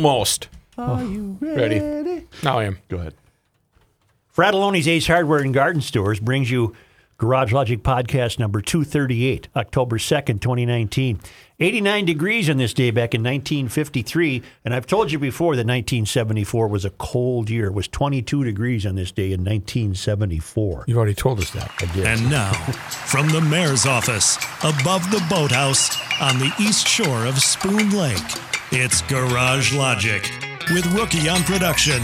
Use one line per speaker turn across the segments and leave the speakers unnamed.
Almost.
Are you
Ready. Now I am.
Go ahead.
Fratelloni's Ace Hardware and Garden Stores brings you Garage Logic Podcast number 238, October 2nd, 2019. 89 degrees on this day back in 1953. And I've told you before that 1974 was a cold year. It was 22 degrees on this day in 1974.
You've already told us that. I did.
And now, from the mayor's office, above the boathouse on the east shore of Spoon Lake, it's Garage Logic with Rookie on production,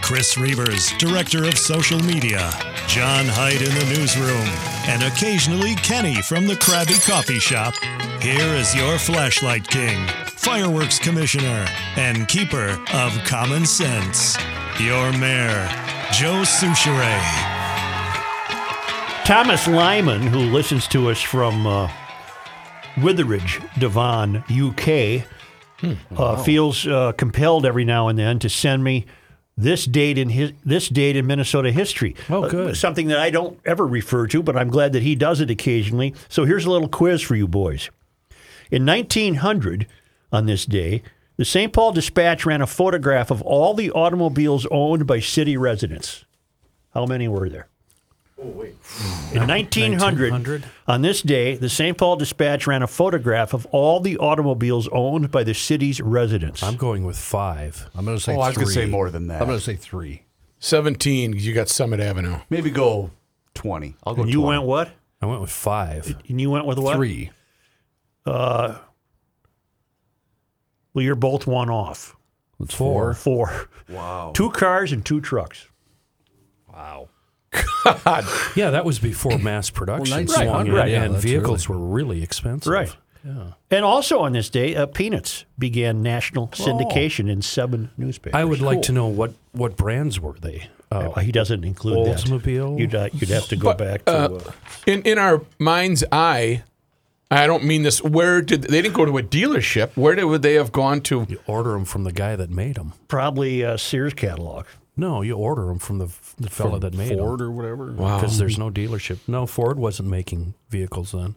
Chris Reavers, director of social media, John Hyde in the newsroom, and occasionally Kenny from the Krabby Coffee Shop. Here is your flashlight king, fireworks commissioner, and keeper of common sense, your mayor, Joe Souchere.
Thomas Lyman, who listens to us from uh, Witheridge, Devon, UK,
Hmm.
uh, feels uh, compelled every now and then to send me this date in his this date in Minnesota history.
Oh,
Uh,
good.
something that I don't ever refer to, but I'm glad that he does it occasionally. So here's a little quiz for you boys. In 1900, on this day, the St. Paul Dispatch ran a photograph of all the automobiles owned by city residents. How many were there? In 1900,
1900?
on this day, the St. Paul Dispatch ran a photograph of all the automobiles owned by the city's residents.
I'm going with five.
I'm going to say
Oh,
three.
I was gonna say more than that.
I'm going to say three.
17, you got Summit Avenue.
Maybe go 20. I'll go
and you went what?
I went with five.
And you went with what?
three.
Well, you're both one off.
It's four.
Four. Wow. Two cars and two trucks.
Yeah, that was before mass production.
Well, 1900,
and,
right, yeah,
and
that's
vehicles were really expensive.
Right. And also on this day, uh, Peanuts began national syndication in seven newspapers.
Oh. I would like to know what what brands were they? Uh,
Well, he doesn't include
Oldsmobile?
that. You'd, uh, you'd have to go
But,
back to. Uh,
In in our mind's eye, I don't mean this. Where did they didn't go to a dealership? Where did, would they have gone to?
you order them from the guy that made them.
probably uh, Sears catalog.
No, you order them from the the fella that made
Ford
them.
or whatever.
Because there's no dealership. No, Ford wasn't making vehicles then.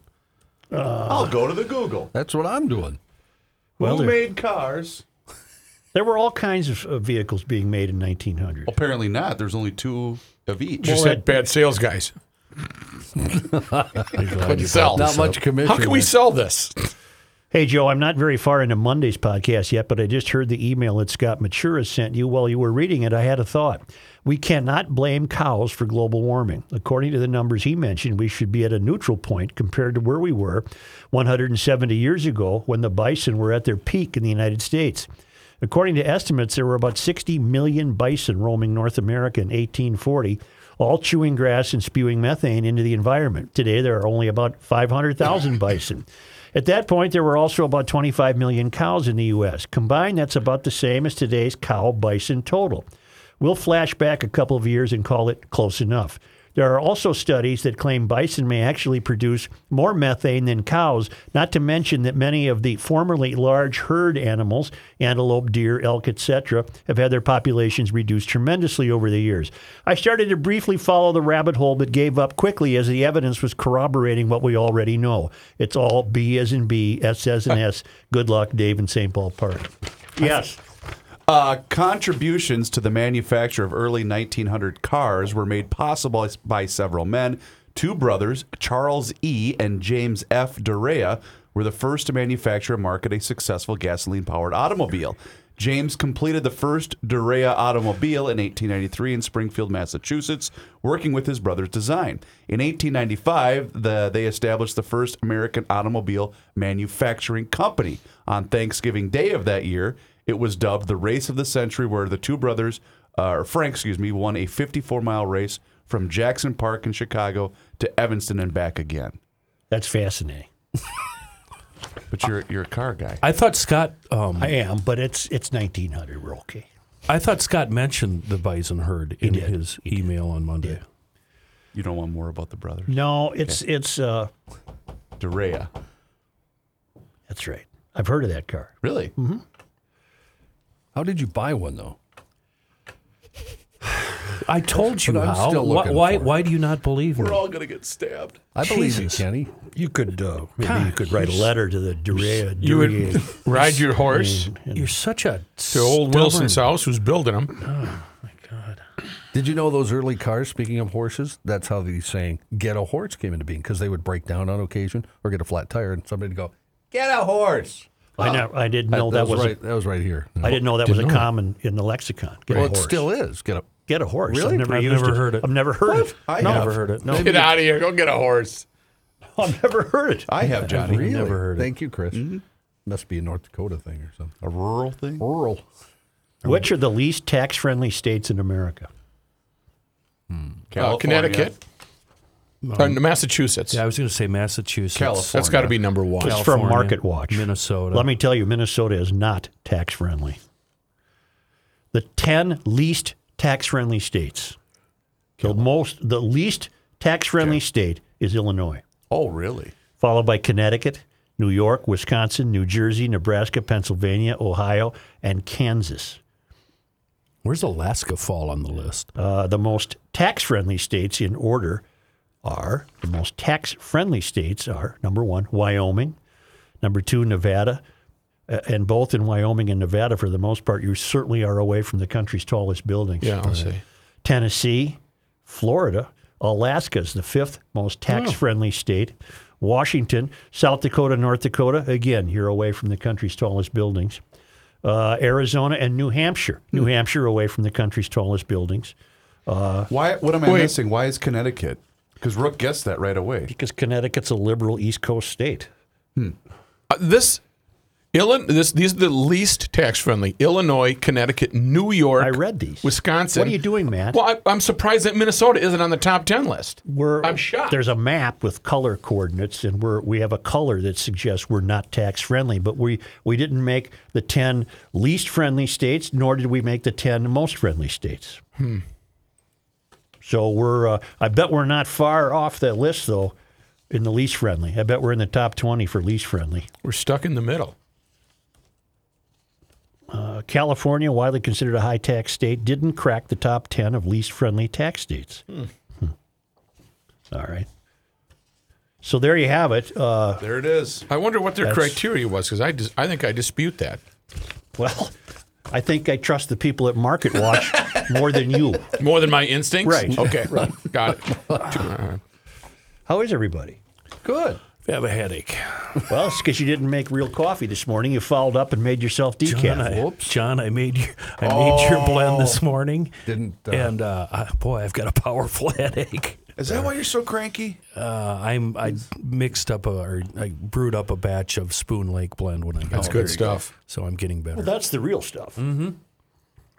I'll go to the Google. That's what I'm doing.
Well,
Who
there,
made cars?
there were all kinds of uh, vehicles being made in 1900.
Apparently not. There's only two of each.
Just
Well,
had bad sales guys. Couldn't sell.
Not much commission.
How can we sell this?
Hey, Joe, I'm not very far into Monday's podcast yet, but I just heard the email that Scott Matura sent you. While you were reading it, I had a thought. We cannot blame cows for global warming. According to the numbers he mentioned, we should be at a neutral point compared to where we were 170 years ago when the bison were at their peak in the United States. According to estimates, there were about 60 million bison roaming North America in 1840, all chewing grass and spewing methane into the environment. Today, there are only about 500,000 bison. At that point, there were also about 25 million cows in the U.S. Combined, that's about the same as today's cow bison total. We'll flash back a couple of years and call it close enough. There are also studies that claim bison may actually produce more methane than cows, not to mention that many of the formerly large herd animals, antelope, deer, elk, etc., have had their populations reduced tremendously over the years. I started to briefly follow the rabbit hole but gave up quickly as the evidence was corroborating what we already know. It's all B as in B, S as in S. Good luck, Dave in St. Paul Park. Yes.
Uh, contributions to the manufacture of early 1900 cars were made possible by several men. Two brothers, Charles E. and James F. Dorea, were the first to manufacture and market a successful gasoline powered automobile. James completed the first Dorea automobile in 1893 in Springfield, Massachusetts, working with his brother's design. In 1895, the, they established the first American automobile manufacturing company. On Thanksgiving Day of that year, it was dubbed the race of the century, where the two brothers, uh, or Frank, excuse me, won a 54 mile race from Jackson Park in Chicago to Evanston and back again.
That's fascinating.
But you're you're a car guy.
I thought Scott. Um,
I am, but it's it's 1900. We're okay.
I thought Scott mentioned the bison herd in
did.
his email on Monday.
You don't want more about the brothers.
No, it's it's. uh
Dorea.
That's right. I've heard of that car.
Really?
Mm-hmm. How did you buy one though?
I told you
But I'm
how.
still
Why,
looking
why,
for it.
why do you not believe me?
We're all gonna get stabbed.
I believe
Jesus.
you, Kenny.
You could. Uh,
Maybe you could write a letter to the Durea.
You would ride your
Mm-hmm.
horse
You're such a
to old
stubborn-
Wilson's house, who's building them.
Did you know those early cars? Speaking of horses, that's how the saying "get a horse" came into being because they would break down on occasion or get a flat tire, and somebody would go, "Get a horse."
I, know, I didn't know that, was.
right.
A,
that was right here.
I didn't know that was a
Didn't know that.
common in the lexicon. Get
Well,
a
it
horse.
still is. Get a.
get a horse.
Really?
I've never,
I've
used
never heard it.
I've never heard it.
I
No.
have.
Never heard it. No.
Get out of here. Go get a horse.
I've never heard it.
I have, Johnny.
Really?
never heard it.
Thank you, Chris. Must be a North Dakota thing or something.
A rural thing?
Rural.
Which are the least tax-friendly states in America?
Uh, Connecticut, Uh, Massachusetts.
Yeah, I was going to say Massachusetts.
California.
That's got to be number one.
It's from
California,
Market Watch.
Minnesota.
Let me tell you, Minnesota is not tax-friendly. The ten least tax-friendly states. The most, the least tax-friendly state is Illinois,
Oh, really?
followed by Connecticut, New York, Wisconsin, New Jersey, Nebraska, Pennsylvania, Ohio, and Kansas.
Where's Alaska fall on the list?
Uh, the most tax friendly states in order are the most tax friendly states are number one, Wyoming, number two, Nevada. Uh, and both in Wyoming and Nevada, for the most part, you certainly are away from the country's tallest buildings.
Yeah, I'll see.
Tennessee, Florida, Alaska is the fifth
Oh.
most tax friendly state. Washington, South Dakota, North Dakota, again, you're away from the country's tallest buildings. Uh, Arizona and New Hampshire. New
Hmm.
Hampshire away from the country's tallest buildings.
Why? What am I
Wait.
missing? Why is Connecticut? Because Rook gets that right away.
Because Connecticut's a liberal East Coast state.
Uh, this, Illinois. This these are the least tax friendly. Illinois, Connecticut, New York.
I read these.
Wisconsin.
What are you doing, Matt?
Well, I, I'm surprised that Minnesota isn't on the top ten list.
We're,
I'm shocked.
There's a map with color coordinates, and we're we have a color that suggests we're not tax friendly. But we we didn't make the ten least friendly states, nor did we make the ten most friendly states.
Hmm.
So we're uh, I bet we're not far off that list though. In the least friendly, I bet we're in the top twenty for least friendly.
We're stuck in the middle.
Uh, California, widely considered a high tax state, didn't crack the top 10 of least friendly tax states. Hmm. All right. So there you have it. Uh,
There it is.
I wonder what their criteria was because I dis- I think I dispute that
well, I think I trust the people at Market Watch more than you.
more than my instincts.
Right. Oh,
Okay. Got it.
How is everybody?
Good.
I have a headache.
Well, it's because you didn't make real coffee this morning. You fouled up and made yourself decaf.
John, I, John, I made your I made your blend this morning.
Didn't, uh,
and uh, I- boy, I've got a powerful headache.
Is that why you're so cranky?
Uh, I'm I mixed up a, or I brewed up a batch of Spoon Lake blend when I got
That's
home.
good stuff.
So I'm getting better.
That's the real stuff. Mm-hmm.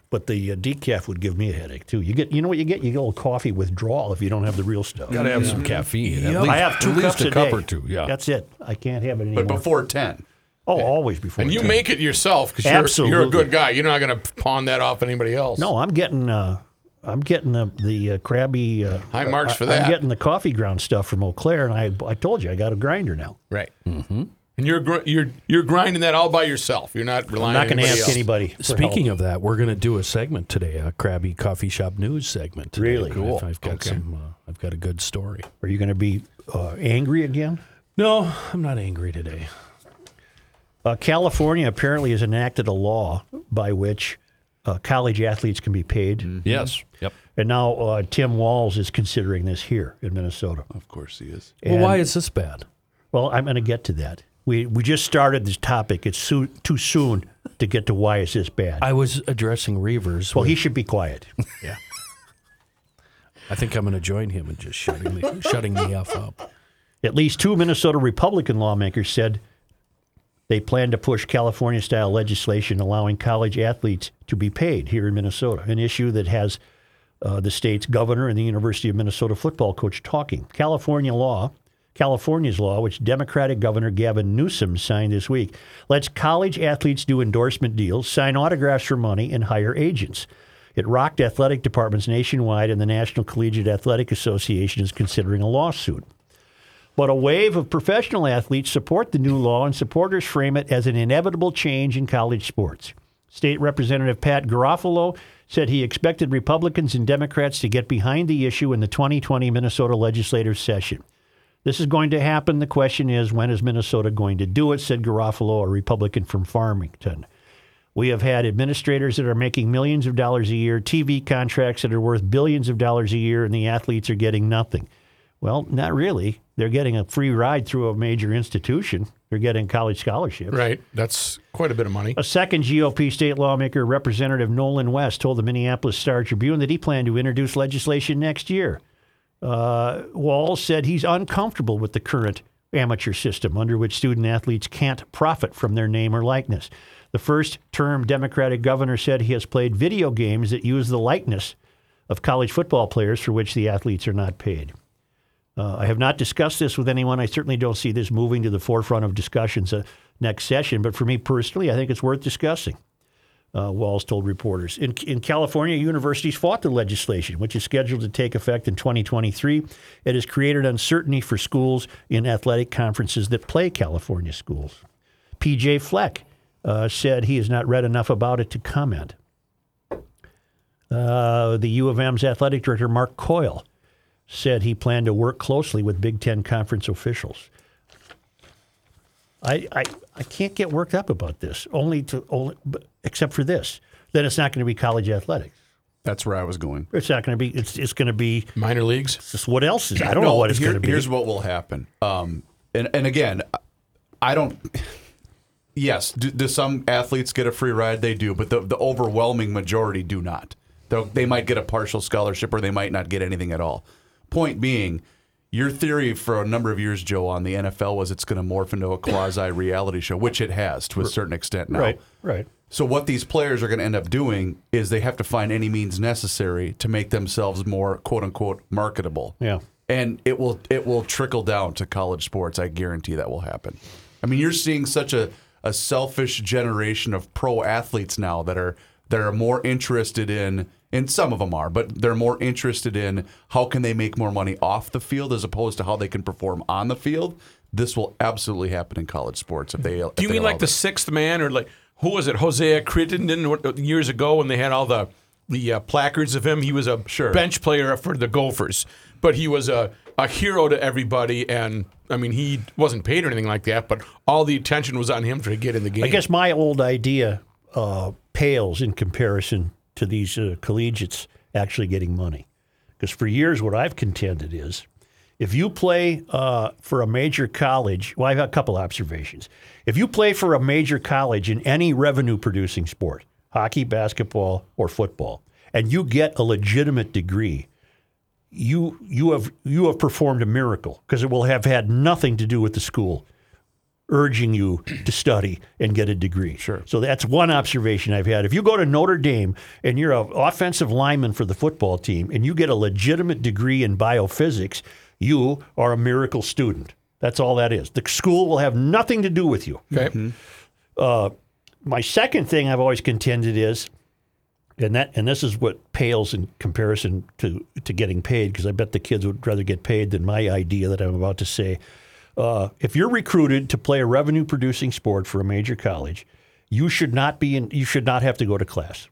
But the uh, decaf would give me a headache too. You get, you know what you get? You get a little coffee withdrawal if you don't have the real stuff.
Gotta have some caffeine. At
Yep.
least,
I have two
at least
cups
a,
a
cup
day.
or two. Yeah.
That's it. I can't have it anymore.
But before 10.
oh, always before.
And you
ten.
make it yourself because you're, you're a
Absolutely.
good guy. You're not going to pawn that off anybody else.
No, I'm getting. Uh, I'm getting the the uh, crabby. Uh,
High marks for
I'm
that.
getting the coffee ground stuff from Eau Claire, and I I told you I got a grinder now.
Right. Mm-hmm. And you're gr- you're you're grinding that all by yourself. You're not
I'm
relying.
not
on
going to ask
else.
anybody. for
Speaking of that, we're going to do a segment today, a Krabby Coffee Shop News segment. Today.
Really?
I've-
Cool.
I've, got some. Uh, I've got a good story.
help. are you going to be uh, angry again?
No, I'm not angry today.
Uh, California apparently has enacted a law by which uh, college athletes can be paid,
Yes. Yep.
and now uh, Tim Walls is considering this here in Minnesota.
Of course he is.
well, why is this bad?
Well, I'm going to get to that. We we just started this topic. It's so, too soon to get to why is this bad.
I was addressing Reavers.
well,
with-
he should be quiet.
I think I'm going to join him in just shutting the, shutting the f up.
At least two Minnesota Republican lawmakers said they plan to push California style legislation allowing college athletes to be paid here in Minnesota, an issue that has uh, the state's governor and the University of Minnesota football coach talking. California law, California's law, which Democratic Governor Gavin Newsom signed this week, lets college athletes do endorsement deals, sign autographs for money, and hire agents. It rocked athletic departments nationwide, and the National Collegiate Athletic Association is considering a lawsuit. But a wave of professional athletes support the new law, and supporters frame it as an inevitable change in college sports. State Representative Pat Garofalo said he expected Republicans and Democrats to get behind the issue in the 2020 Minnesota legislative session. This is going to happen. The question is, when is Minnesota going to do it? said Garofalo, a Republican from Farmington. We have had administrators that are making millions of dollars a year, TV contracts that are worth billions of dollars a year, and the athletes are getting nothing. Well, not really. They're getting a free ride through a major institution. They're getting college scholarships.
Right. That's quite a bit of money.
A second GOP state lawmaker, Representative Nolan West, told the Minneapolis Star Tribune that he planned to introduce legislation next year. Uh, Wall said he's uncomfortable with the current amateur system under which student athletes can't profit from their name or likeness. The first term Democratic governor said he has played video games that use the likeness of college football players for which the athletes are not paid. Uh, I have not discussed this with anyone. I certainly don't see this moving to the forefront of discussions uh, next session, but for me personally, I think it's worth discussing. Uh, Walls told reporters. In, in California, universities fought the legislation, which is scheduled to take effect in 2023. It has created uncertainty for schools in athletic conferences that play California schools. PJ Fleck uh, said he has not read enough about it to comment. Uh, the U of M's athletic director, Mark Coyle, said he planned to work closely with Big Ten conference officials. I, I, I can't get worked up about this, only to only, but- except for this. Then it's not going to be college athletics.
That's where I was going.
It's not going to be. It's it's going to be
Minor leagues.
just what else is. I don't know
No,
what it's
here-
going to be.
Here's what will happen. Um, and and again, I don't. Yes, do, do some athletes get a free ride? They do, but the, the overwhelming majority do not. They'll, they might get a partial scholarship or they might not get anything at all. Point being, your theory for a number of years, Joe, on the NFL was it's going to morph into a quasi reality show, which it has to a certain extent now.
Right, right.
So what these players are going to end up doing is they have to find any means necessary to make themselves more "quote unquote" marketable.
Yeah.
and it will it will trickle down to college sports. I guarantee that will happen. I mean, you're seeing such a a selfish generation of pro athletes now that are that are more interested in and some of them are, but they're more interested in how can they make more money off the field as opposed to how they can perform on the field. This will absolutely happen in college sports if they.
Do you mean like the sixth man or like who was it? Hosea Crittenden what- years ago when they had all the the uh, placards of him. He was a
Sure.
bench player for the Gophers, but he was a, a hero to everybody. And I mean, he wasn't paid or anything like that, but all the attention was on him to get in the game.
I guess my old idea uh, pales in comparison to these uh, collegiates actually getting money. Because for years, what I've contended is if you play uh, for a major college, well, I've got a couple observations. If you play for a major college in any revenue producing sport, hockey, basketball, or football, and you get a legitimate degree, you you have you have performed a miracle because it will have had nothing to do with the school urging you to study and get a degree. Sure. So that's one observation I've had. If you go to Notre Dame and you're an offensive lineman for the football team and you get a legitimate degree in biophysics, you are a miracle student. That's all that is. The school will have nothing to do with you.
Okay.
My second thing I've always contended is, and that and this is what pales in comparison to to getting paid because I bet the kids would rather get paid than my idea that I'm about to say. Uh, if you're recruited to play a revenue producing sport for a major college, you should not be in, you should not have to go to class.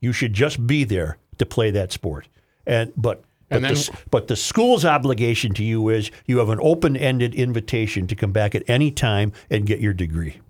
You should just be there to play that sport. And but but,
And
the,
then-
s- but the school's obligation to you is you have an open-ended invitation to come back at any time and get your degree.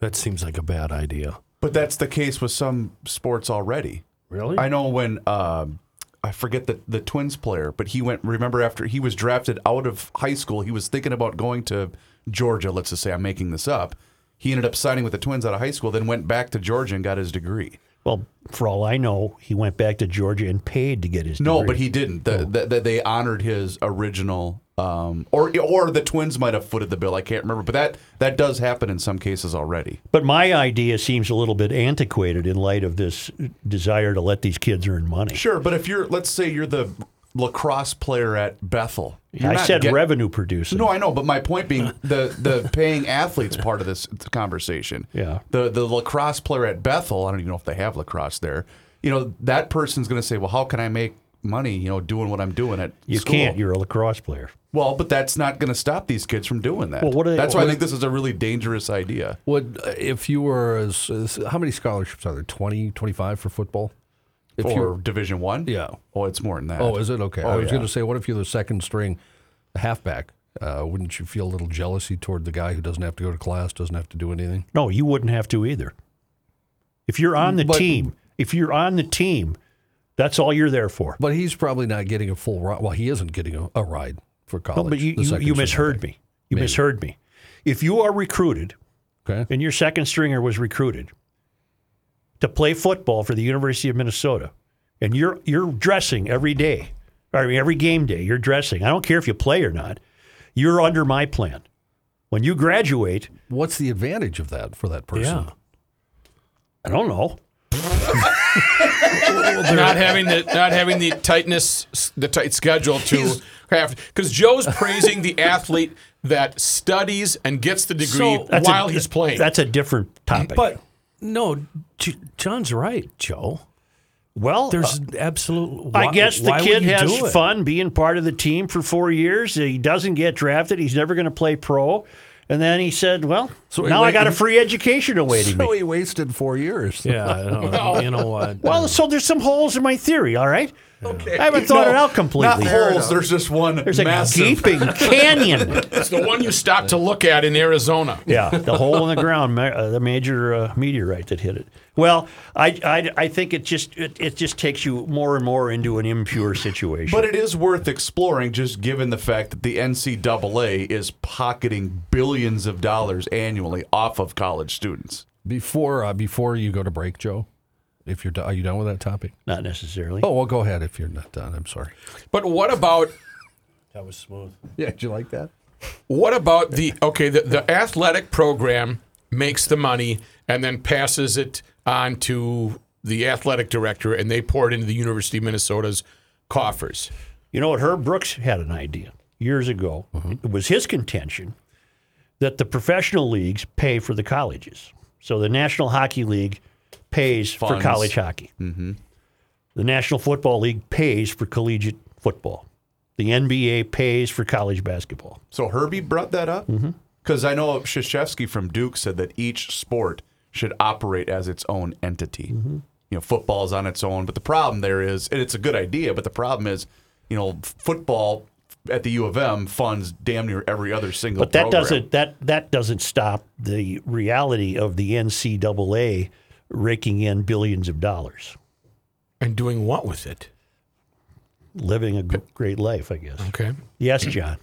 That seems like a bad idea.
But that's the case with some sports already.
Really?
I know when um, I forget the the Twins player, but he went. Remember after he was drafted out of high school, he was thinking about going to Georgia. Let's just say I'm making this up. He ended up signing with the Twins out of high school, then went back to Georgia and got his degree.
Well, for all I know, he went back to Georgia and paid to get his
No,
degree.
but he didn't. The, the, the, they honored his original, um, or or the Twins might have footed the bill. I can't remember, but that that does happen in some cases already.
But my idea seems a little bit antiquated in light of this desire to let these kids earn money.
Sure, but if you're, let's say you're the lacrosse player at Bethel, you're
I
not
said
get-
revenue producing.
No, I know, but my point being the the paying athletes part of this conversation.
Yeah.
The the lacrosse player at Bethel, I don't even know if they have lacrosse there. You know, that person's going to say, "Well, how can I make money, you know, doing what I'm doing at
You
school.
can't. You're a lacrosse player.
Well, but that's not going to stop these kids from doing that.
Well, what are they-
that's why
what
I think this is a really dangerous idea.
Would uh, if you were as, as how many scholarships are there? 20, 25 for football? If
for
you
Division One,
Yeah.
Oh, it's more than that.
Oh, is it okay? I was
yeah.
going to say what if you're the second string halfback? Uh, wouldn't you feel a little jealousy toward the guy who doesn't have to go to class, doesn't have to do anything?
No, you wouldn't have to either. If you're on the
But-
team, if you're on the team, that's all you're there for.
But he's probably not getting a full ride. Well, he isn't getting a, a ride for college.
No, but you,
the
you,
second
you
string
misheard me. You misheard me. If you are recruited
halfback. Okay.
and your second stringer was recruited to play football for the University of Minnesota, and you're you're dressing every day, or every game day, you're dressing. I don't care if you play or not. You're under my plan. When you graduate,
What's the advantage of that for that person?
Yeah.
I don't know.
not having the not having the tightness the tight schedule to have because Joe's praising the athlete that studies and gets the degree
So-
That's a-
while he's playing.
That's a different topic.
But no, J- John's right, Joe.
well, uh,
There's absolute.
I guess the
why would
kid
you
has
do it?
fun being part of the team for four years. He doesn't get drafted. He's never going to play pro. And then he said, "Well,
So he
now I
wait-
got a free education awaiting
So
me."
he wasted four years.
Yeah, I don't know. you know what?
Well, so there's some holes in my theory. All right, I haven't thought it out completely.
Not holes. There's just one
There's a
massive.
gaping canyon.
it's the one you stop to look at in Arizona.
yeah, the hole in the ground, ma- uh, the major uh, meteorite that hit it. Well, I, I, I think it just it, it just takes you more and more into an impure situation.
But it is worth exploring, just given the fact that the NCAA is pocketing billions of dollars annually off of college students.
Before uh, before you go to break, Joe, if you're do- are you done with that topic?
Not necessarily.
Oh, well, go ahead if you're not done. I'm sorry.
But what about
that was smooth.
Yeah, did you like that?
what about the okay the, the athletic program makes the money and then passes it on to the athletic director and they pour it into the University of Minnesota's coffers.
You know what? Herb Brooks had an idea years ago.
Mm-hmm.
It was his contention that the professional leagues pay for the colleges. So the National Hockey League pays for
Funds. Mm-hmm.
college hockey. The National Football League pays for collegiate football. The NBA pays for college basketball.
So Herbie brought that up
Mm-hmm.
because I know Shashevsky from Duke said that each sport should operate as its own entity.
Mm-hmm.
You know, football's on its own, but the problem there is, and it's a good idea, but the problem is, you know, football at the U of M funds damn near every other single.
But that
program.
doesn't that that doesn't stop the reality of the NCAA raking in billions of dollars,
And doing what with it?
living a g- great life, I guess.
Okay.
Yes, John.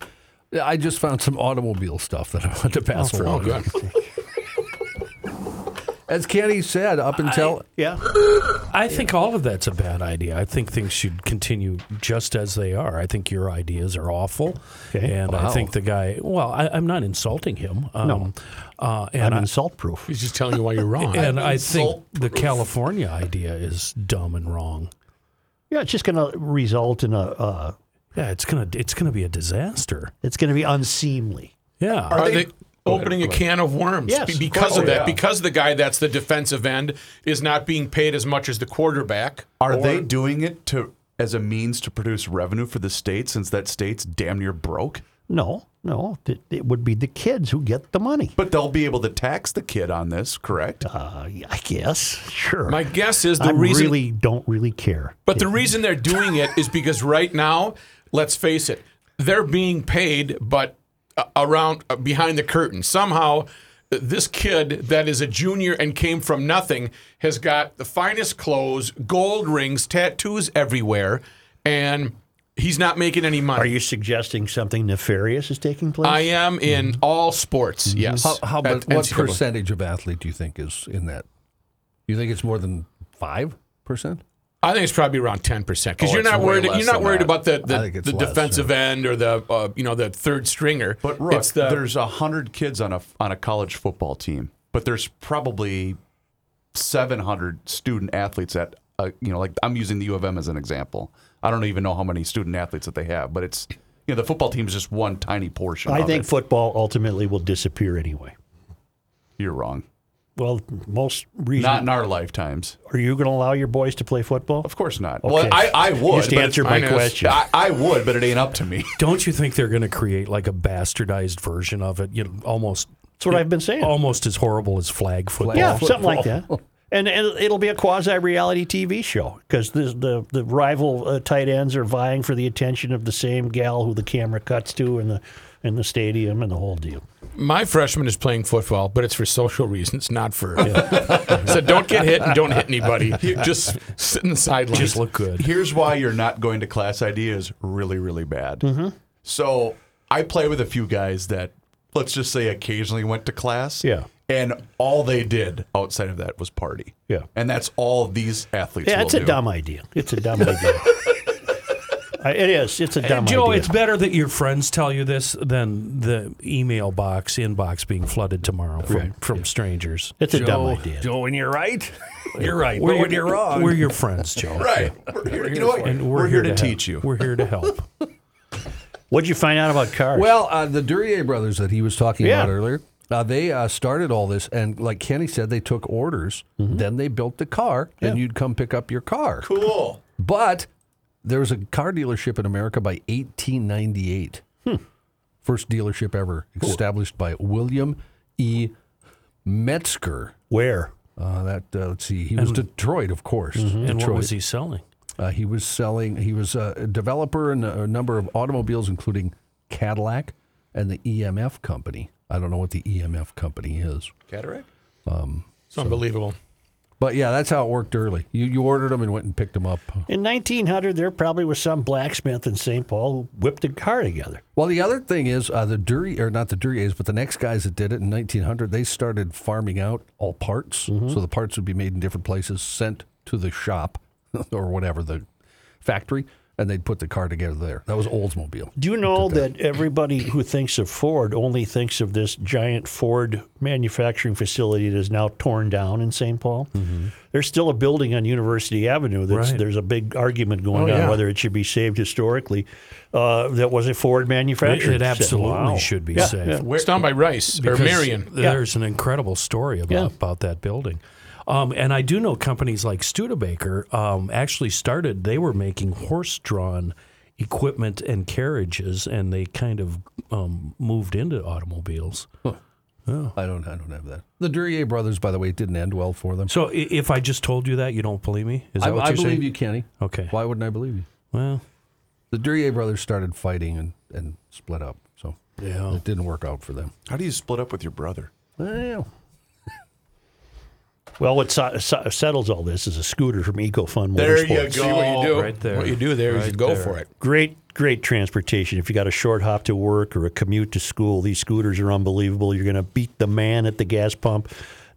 Yeah, I just found some automobile stuff that I want to pass
Oh
along.
good.
As Kenny said, up until
Yeah.
I think all of that's a bad idea. I think things should continue just as they are. I think your ideas are awful,
Okay.
and I think the guy. Well, I, I'm not insulting him. Um,
No.
uh,
I'm
and I,
insult proof.
He's just telling you why you're wrong.
and I think the California idea is dumb and wrong.
Yeah, it's just going to result in a. Uh,
Yeah, it's gonna it's gonna be a disaster.
it's going to be unseemly.
Yeah,
Are, they, opening a can of worms
Yes,
be-
of
because
course.
of that?
Yeah.
Because the guy that's the defensive end is not being paid as much as the quarterback.
Are they doing it to as a means to produce revenue for the state since that state's damn near broke?
No, no, it, it would be the kids who get the money.
But they'll be able to tax the kid on this, correct?
Uh, yeah, I guess, sure.
My guess is the
I
reason,
really don't really care.
but the reason they're doing it is because right now, let's face it, they're being paid, but uh, around uh, behind the curtain somehow. uh, This kid that is a junior and came from nothing has got the finest clothes, gold rings, tattoos everywhere, and he's not making any money.
Are you suggesting something nefarious is taking place?
I am in all sports.
Mm-hmm.
Yes.
how, how
At
but what
NCAA.
percentage of athlete do you think is in that? You think it's more than five percent?
I think it's probably around ten percent because
Oh,
you're
it's
not
way
worried.
less
You're not
than
worried
that.
about the
I think
the,
it's
the
less,
defensive end or the uh, you know the third stringer.
But Rook,
it's the
there's a hundred kids on a on a college football team, but there's probably seven hundred student athletes at uh, you know, like I'm using the U of M as an example. I don't even know how many student athletes that they have, but it's you know the football team is just one tiny portion.
I
of
think
it.
football ultimately will disappear anyway.
you're wrong.
Well, most reason.
Not in our lifetimes.
Are you going to allow your boys to play football?
Of course not.
Okay.
Well, I, I would.
Just
but it's
answer my
mine is-
question.
I, I would, but it ain't up to me.
Don't you think they're going to create like a bastardized version of it? You know, almost.
That's what I've been saying.
Oh,
Almost as horrible as flag football.
yeah, something like that. And it'll, it'll be a quasi reality TV show because the, the the rival uh, tight ends are vying for the attention of the same gal who the camera cuts to in the in the stadium and the whole deal.
My freshman is playing football, but it's for social reasons, not for. so don't get hit and don't hit anybody. Just sit in the sidelines.
Just look good.
Here's why you're not going to class ID is really, really bad. So I play with a few guys that, let's just say, occasionally went to class.
Yeah.
And all they did outside of that was party.
Yeah.
And that's all these athletes.
Yeah,
will
it's a
do.
dumb idea. It's a dumb idea. I, it is. It's a dumb
Joe,
idea.
it's better that your friends tell you this than the email box inbox being flooded tomorrow from, from strangers.
it's a dumb idea.
Joe, when you're right, you're right.
We're
But
your-
when you're wrong,
We're your friends, Joe.
Right. We're here, you know what?
And
we're, here, to,
help.
teach you.
We're here to help.
What'd you find out about cars?
Well, uh, the Duryea brothers that he was talking
Yeah.
about earlier, uh, they uh, started all this, and like Kenny said, they took orders.
Mm-hmm.
Then they built the car, and you'd come pick up your car.
Cool.
But there was a car dealership in America by 1898.
Hmm.
First dealership ever established by William E. Metzger.
where? Mm-hmm.
Uh, that uh, let's see, he was Detroit, of course.
and what
Detroit.
was he selling?
Uh, he was selling. He was a developer in a, a number of automobiles, including Cadillac and the EMF company. I don't know what the EMF company is,
Cataract?
It's unbelievable.
but yeah, that's how it worked early. You you ordered them and went and picked them up.
In 1900, there probably was some blacksmith in St. Paul who whipped a car together.
Well, the other thing is uh, the Dury or not the Duryas, but the next guys that did it in 1900, they started farming out all parts, so the parts would be made in different places, sent to the shop or whatever the factory, and they'd put the car together there. That was Oldsmobile.
Do you know that everybody who thinks of Ford only thinks of this giant Ford manufacturing facility that is now torn down in St. Paul? There's still a building on University Avenue that's there's a big argument going on whether it should be saved historically. Uh, that was a Ford
It,
manufacturing.
it absolutely
Wow.
should be
Yeah,
safe.
yeah.
It's down by Rice or
Because
Marion.
There's an incredible story about,
Yeah.
about that building. Um, and I do know companies like Studebaker um, actually started, they were making horse drawn equipment and carriages, and they kind of um, moved into automobiles.
I don't. I don't have that. The Duryea brothers, by the way, it didn't end well for them.
So i- if I just told you that, you don't believe me? Is that
I,
what
I
you're
believe
saying?
you, Kenny.
Okay.
Why wouldn't I believe you?
Well,
The Duryea brothers started fighting and, and split up, so
Yeah.
it didn't work out for them.
How do you split up with your brother?
Well,
Well, what so- so- settles all this is a scooter from EcoFund Motorsports.
There you go.
See what you do.
right there.
What you do there is you
Right
go
there.
for it.
Great, great transportation. If you got a short hop to work or a commute to school, these scooters are unbelievable. You're going to beat the man at the gas pump.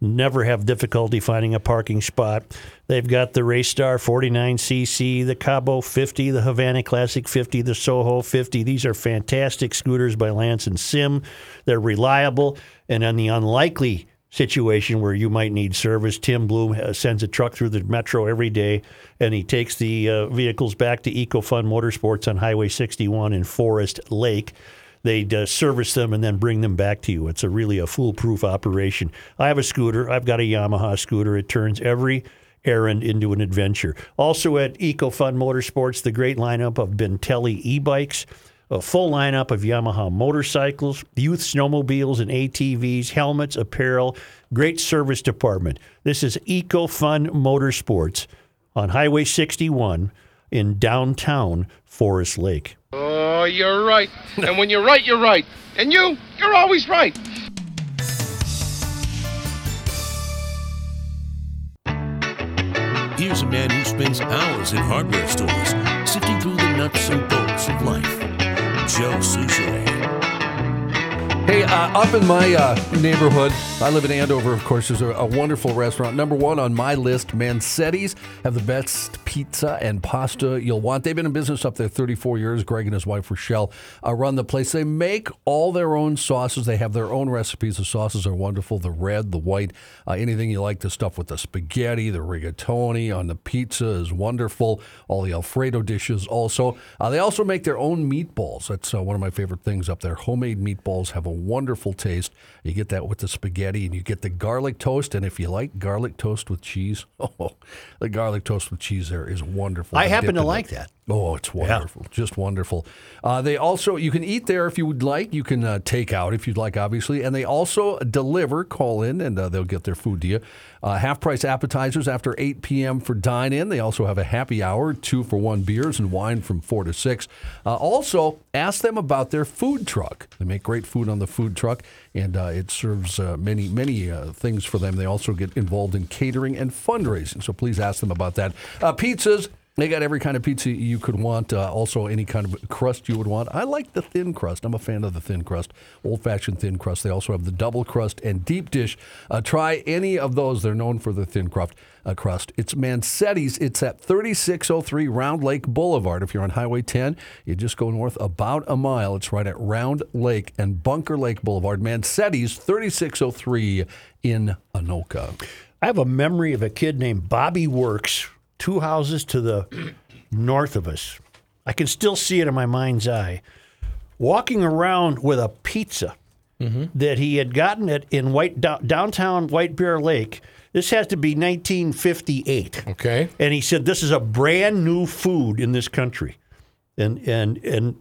Never have difficulty finding a parking spot. They've got the Raystar 49cc, the Cabo 50, the Havana Classic 50, the Soho 50. These are fantastic scooters by Lance and Sim. They're reliable. And on the unlikely situation where you might need service. Tim Bloom uh, sends a truck through the metro every day, and he takes the uh, vehicles back to EcoFund Motorsports on Highway 61 in Forest Lake. They uh, service them and then bring them back to you. It's a really a foolproof operation. I have a scooter. I've got a Yamaha scooter. It turns every errand into an adventure. Also at EcoFund Motorsports, the great lineup of Bentelli e-bikes, a full lineup of Yamaha motorcycles, youth snowmobiles and ATVs, helmets, apparel, great service department. This is EcoFund Motorsports on Highway 61 in downtown Forest Lake.
Oh, you're right. And when you're right, you're right. And you, you're always right.
Here's a man who spends hours in hardware stores sifting through the nuts and bolts of life. Joe Souchere.
hey, uh, up in my uh, neighborhood, I live in Andover, of course. There's a, a wonderful restaurant. Number one on my list, Mansetti's have the best pizza and pasta you'll want. They've been in business up there 34 years. Greg and his wife Rochelle uh, run the place. They make all their own sauces. They have their own recipes. The sauces are wonderful. The red, the white, uh, anything you like. The stuff with the spaghetti, the rigatoni on the pizza is wonderful. All the Alfredo dishes also. Uh, they also make their own meatballs. That's uh, one of my favorite things up there. Homemade meatballs have a wonderful taste. You get that with the spaghetti and you get the garlic toast. And if you like garlic toast with cheese, oh, the garlic toast with cheese there is wonderful.
I happen
dip
to
in it.
like that.
Oh, it's wonderful. Just wonderful. Uh, they also, you can eat there if you would like. You can uh, take out if you'd like, obviously. And they also deliver, call in, and uh, they'll get their food to you. Uh, half price appetizers after 8 p.m. for dine in. They also have a happy hour, two for one beers and wine from 4 to 6. Uh, also, ask them about their food truck. They make great food on the food truck, and uh, it serves uh, many, many uh, things for them. They also get involved in catering and fundraising. So please ask them about that. Uh, pizzas. They got every kind of pizza you could want, uh, also any kind of crust you would want. I like the thin crust. I'm a fan of the thin crust, old fashioned thin crust. They also have the double crust and deep dish. Uh, try any of those. They're known for the thin crust. Uh, crust. It's Mansetti's. It's at 3603 Round Lake Boulevard. If you're on Highway 10, you just go north about a mile. It's right at Round Lake and Bunker Lake Boulevard. Mansetti's 3603 in Anoka.
I have a memory of a kid named Bobby Works, two houses to the north of us. I can still see it in my mind's eye, walking around with a pizza that he had gotten it in White dow- downtown White Bear Lake. This has to be 1958.
Okay.
And he said, "This is a brand new food in this country," and and and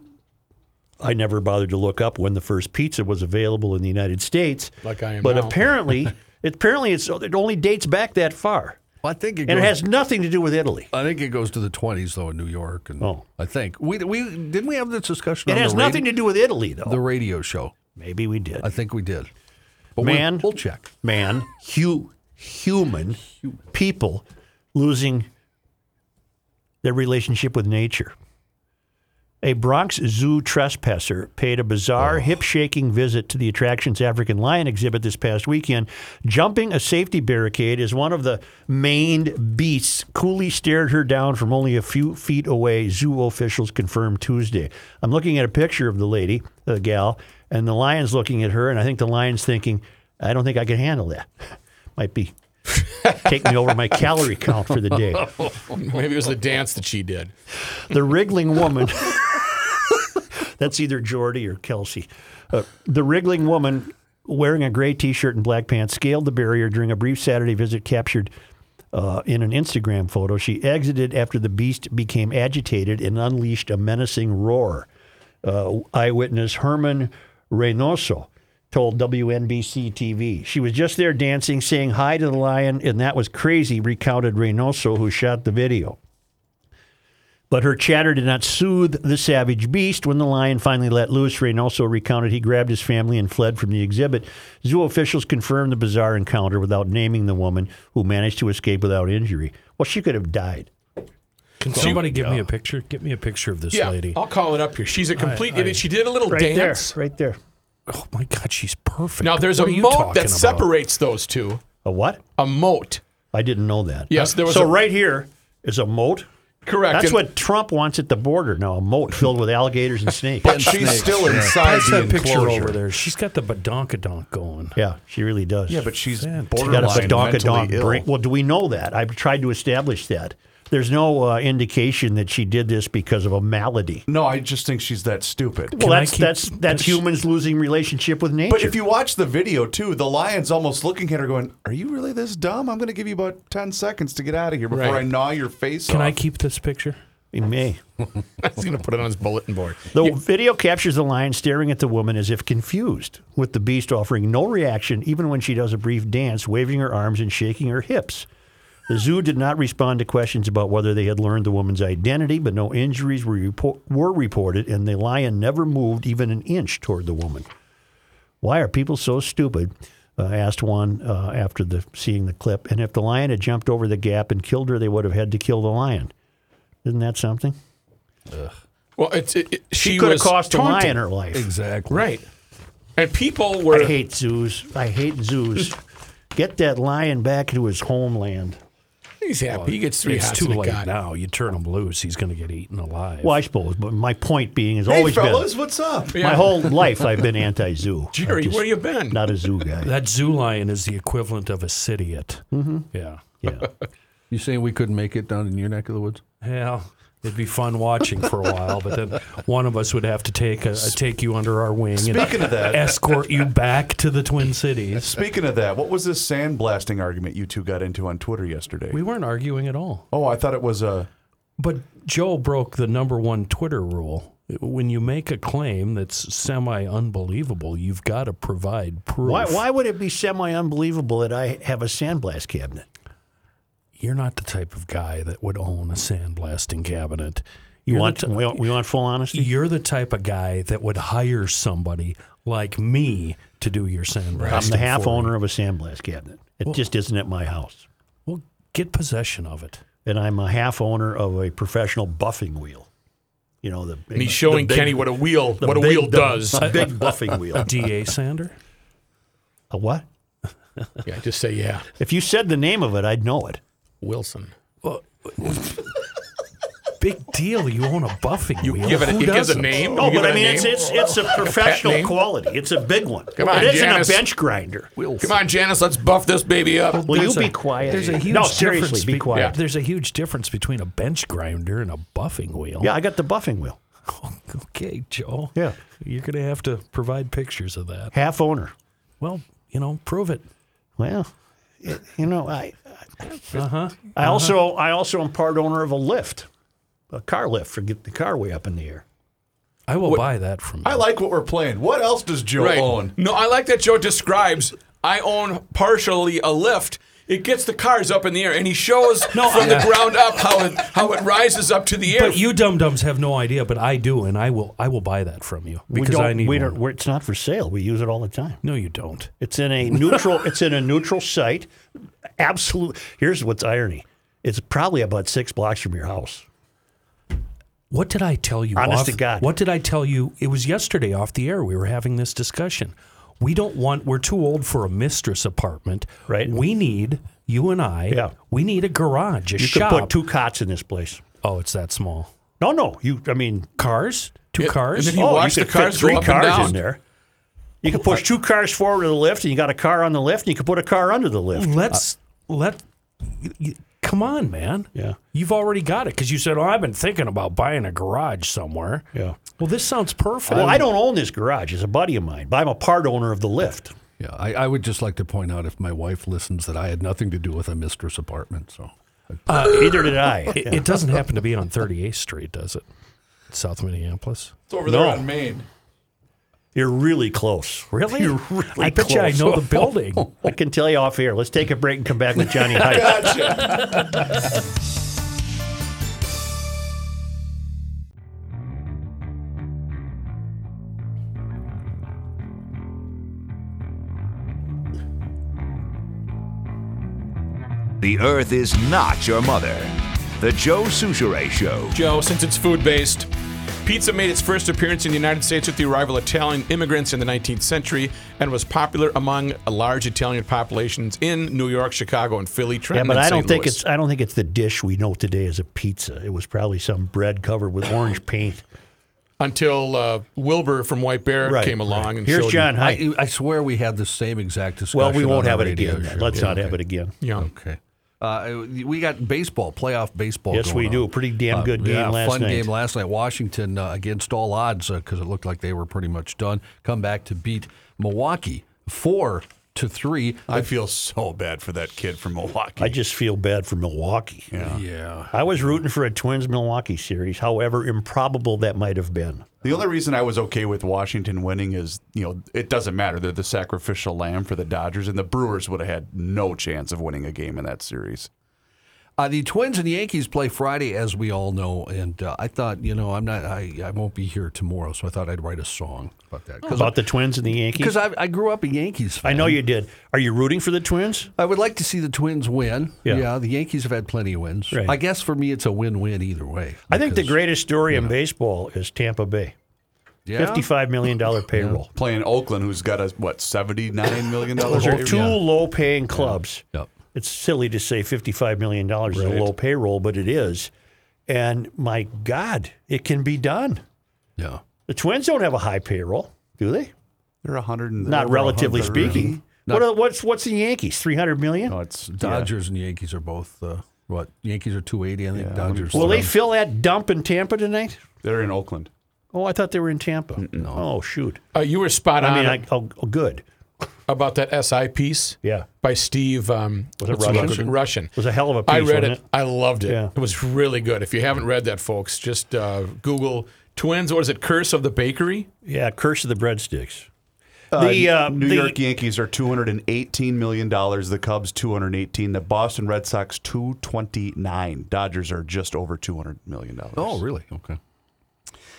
I never bothered to look up when the first pizza was available in the United States.
Like I am
but
now.
apparently, it, apparently it's it only dates back that far,
I think
and it has nothing to do with Italy.
I think it goes to the twenties though in New York, and
Oh.
I think we we didn't we have this discussion.
It
on
has
the radio-
nothing to do with Italy, though.
the radio show.
Maybe we did.
I think we did. But we'll-
man,
we'll, check.
Man, hu- human, people losing their relationship with nature. A Bronx Zoo trespasser paid a bizarre, hip shaking visit to the attraction's African lion exhibit this past weekend. Jumping a safety barricade as one of the maned beasts coolly stared her down from only a few feet away, zoo officials confirmed Tuesday. I'm looking at a picture of the lady, the gal, and the lion's looking at her, and I think the lion's thinking, I don't think I can handle that. Might be. Take me over my calorie count for the day.
Maybe it was the dance that she did.
The wriggling woman. That's either Jordy or Kelsey. Uh, the wriggling woman wearing a gray t shirt and black pants scaled the barrier during a brief Saturday visit captured uh, in an Instagram photo. She exited after the beast became agitated and unleashed a menacing roar. Uh, eyewitness Herman Reynoso told WNBC TV. She was just there dancing, saying hi to the lion, and that was crazy, recounted Reynoso, who shot the video. But her chatter did not soothe the savage beast. When the lion finally let loose, Rain also recounted he grabbed his family and fled from the exhibit. Zoo officials confirmed the bizarre encounter without naming the woman who managed to escape without injury. Well, she could have died.
Can somebody give me a picture? Give me a picture of this
Yeah,
lady.
I'll call it up here. She's a complete idiot. She did a little dance.
there. Right there.
Oh my God, she's perfect.
Now there's
What
a
are you
moat
talking
that
about?
separates those two.
A what?
A moat.
I didn't know that.
Yes, there was
So
a-
right here is a moat.
Correct.
That's
And-
what Trump wants at the border now, a moat filled with alligators and snakes.
But she's still inside
That's
the
that picture
enclosure.
over there. She's got the badonkadonk going.
yeah, she really does.
Yeah, but she's
You got a
borderline
badonkadonk
mentally ill.
brain. Well, do we know that? I've tried to establish that. There's no uh, indication that she did this because of a malady.
No, I just think she's that stupid.
Well,
I
that's,
keep-
that's that's
that's-
humans losing relationship with nature.
But if you watch the video too, the lion's almost looking at her, going, "Are you really this dumb? I'm going to give you about ten seconds to get out of here before
Right.
I gnaw your face
Can
off."
I keep this picture?
You may.
He's gonna put it on his bulletin board.
The video captures the lion staring at the woman as if confused, with the beast offering no reaction even when she does a brief dance, waving her arms and shaking her hips. The zoo did not respond to questions about whether they had learned the woman's identity, but no injuries were, report- were reported, and the lion never moved even an inch toward the woman. Why are people so stupid? Uh, asked one uh, after the seeing the clip. And if the lion had jumped over the gap and killed her, they would have had to kill the lion. Isn't that something?
Well, it's it, it- she,
She could have
was
cost a
taunting.
lion her life.
Exactly.
Right. And people
I
were
hate zoos. I hate zoos. Get that lion back into his homeland.
he's happy. He gets three
it's
hots
too
and a
late
god.
now. You turn him loose, he's going to get eaten alive.
Well, I suppose, but my point being has
Hey,
always
fellas, what's up?
been my whole life I've been anti zoo.
Jerry, where you been?
Not a zoo guy.
That zoo lion is the equivalent of a cidiot. Mm-hmm. Yeah.
Yeah.
You saying we couldn't make it down in your neck of the woods?
Hell, It'd be fun watching for a while, but then one of us would have to take a, take you under our wing
Speaking
and
of that-
escort you back to the Twin Cities.
Speaking of that, what was this sandblasting argument you two got into on Twitter yesterday?
We weren't arguing at all.
oh, I thought it was a.
But Joe broke the number one Twitter rule. When you make a claim that's semi unbelievable, you've got to provide proof.
Why, why would it be semi unbelievable that I have a sandblast cabinet?
You're not the type of guy that would own a sandblasting cabinet.
You
You're
want,
the,
we want we want full honesty?
you're the type of guy that would hire somebody like me to do your sandblasting.
I'm the half
for you.
owner of a sandblast cabinet. It just isn't at my house.
Well, get possession of it.
And I'm a half owner of a professional buffing wheel. You know, the big,
And he's showing
the big-
Kenny what a wheel
the
what a
big-
wheel
the
does.
big buffing wheel.
Uh,
DA sander?
A what?
yeah, just say yeah,
If you said the name of it, I'd know it.
Wilson.
Big deal. You own a buffing
You
wheel.
give it.
Who
It gives a
doesn't?
name.
No,
You give it
but I
Oh, a
mean,
name?
it's, it's it's a professional
name?
quality. It's a big one.
Come on,
it isn't
Janice.
a bench grinder.
Come on, Janice, let's buff this baby up.
Will
There's
you be
a-
quiet?
There's a huge
no, seriously,
difference
be
be-
quiet.
There's a huge difference between a bench grinder and a buffing wheel.
Yeah, I got the buffing wheel.
Okay, Joe.
Yeah.
You're going to have to provide pictures of that.
Half owner.
Well, you know, prove it.
Well, it- you know, I. I also I also am part owner of a lift, a car lift for get the car way up in the air.
I will buy that from you.
I like what we're playing. What else does Joe
Right.
own?
No, I like that Joe describes. I own partially a lift. It gets the cars up in the air, and he shows from the ground up how it how it rises up to the air.
but you dum dums have no idea, but I do, and I will. I will buy that from you
We
because
don't-
I need.
we
one.
don't- we're- it's not for sale. We use it all the time.
No, you don't.
It's in a neutral. it's in a neutral site. Absolute. Here's what's irony. It's probably about six blocks from your house.
What did I tell you?
Honest
off-
to God.
What did I tell you? It was yesterday off the air. We were having this discussion. We don't want. We're too old for a mistress apartment.
Right.
We need you and I.
Yeah.
We need a garage, a
You
shop.
could put two cots in this place.
oh, it's that small.
No, no. You. I mean, oh,
Cars. Two
Yeah,
cars.
and then You watch
could
the cars
fit
go
three
up and
cars
down.
in there. You can push two cars forward to the lift, and you got a car on the lift, and you can put a car under the lift.
let's let y- y- come on, man.
Yeah.
you've already got it because you said, "Oh, I've been thinking about buying a garage somewhere."
Yeah.
Well, this sounds perfect.
Well, I don't own this garage. It's a buddy of mine, but I'm a part owner of the lift.
Yeah, I, I would just like to point out if my wife listens that I had nothing to do with a mistress apartment. So
Neither did I.
It, it doesn't happen to be on 38th Street, does it? South Minneapolis.
It's over there
No.
on Maine.
You're really close.
Really?
You're really
I bet you I
close. Oh.
know the building.
I can tell you off air. Let's take a break and come back with Johnny Hyde.
Gotcha.
The Earth is not your mother. The Joe Souchere Show.
Joe, since it's food based, pizza made its first appearance in the United States with the arrival of Italian immigrants in the 19th century and was popular among large Italian populations in New York, Chicago, and Philly.
Yeah,
Trenton,
but
and
I don't
St.
think
Louis.
it's I don't think it's the dish we know today as a pizza. It was probably some bread covered with orange paint.
until uh, Wilbur from White Bear came along
right.
and
Here's
showed
John Hyde.
I, I swear we had the same exact discussion.
well, we won't
on
have
our
it
radio
again. then.
show.
Let's
Yeah,
not have
okay.
it again.
You. Yeah.
Okay. Uh, we got baseball, playoff baseball.
Yes,
going
we do.
on. Uh,
Pretty damn good game
yeah,
last
fun
night.
game last night. Washington uh, against all odds because it looked like they were pretty much done. Come back to beat Milwaukee four to three.
I feel so bad for that kid from Milwaukee.
I just feel bad for Milwaukee.
yeah,
I was rooting for a Twins Milwaukee series, however improbable that might have been.
The only reason I was okay with Washington winning is, you know, it doesn't matter. They're the sacrificial lamb for the Dodgers, and the Brewers would have had no chance of winning a game in that series.
Uh, the Twins and Yankees play Friday, as we all know, and uh, I thought, you know, I'm not, I, I won't be here tomorrow, so I thought I'd write a song about that
About the Twins and the Yankees.
because I, I grew up a Yankees fan.
I know you did. Are you rooting for the Twins?
I would like to see the Twins win.
Yeah.
the Yankees have had plenty of wins.
Right.
I guess for me, it's a win-win either way.
I think the
because-
greatest story in baseball is Tampa Bay.
yeah,
$55 million payroll.
Playing Oakland, who's got a, what, $79 million?
Those are
payroll?
two low paying clubs.
Yep.
It's silly to say $55 million is a low payroll, but it is. And my God, it can be done.
yeah.
The Twins don't have a high payroll, do they?
They're 100 and
Not
over
relatively
130.
speaking. What are- what's what's the Yankees? 300 million?
No, it's yeah.
Dodgers and Yankees are both uh, What Yankees are two eighty. I think
Yeah,
Dodgers.
Will they fill that dump in Tampa tonight?
They're in Oakland.
Oh, I thought they were in Tampa. Oh, shoot.
Uh, you were spot on
I mean, I, oh, oh, good.
about that SI piece.
Yeah.
By Steve. Um, was
it Russian?
Russian.
It was a hell of a piece,
I read
wasn't
it. I loved it.
Yeah.
It was really good. If you haven't read that, folks, just uh, Google Twins or is it Curse of the Bakery?
Yeah, curse of the breadsticks.
Uh,
the uh,
New
the-
York Yankees are two hundred and eighteen million dollars. The Cubs two hundred eighteen. The Boston Red Sox two twenty nine. Dodgers are just over two hundred million dollars.
Oh, really? Okay.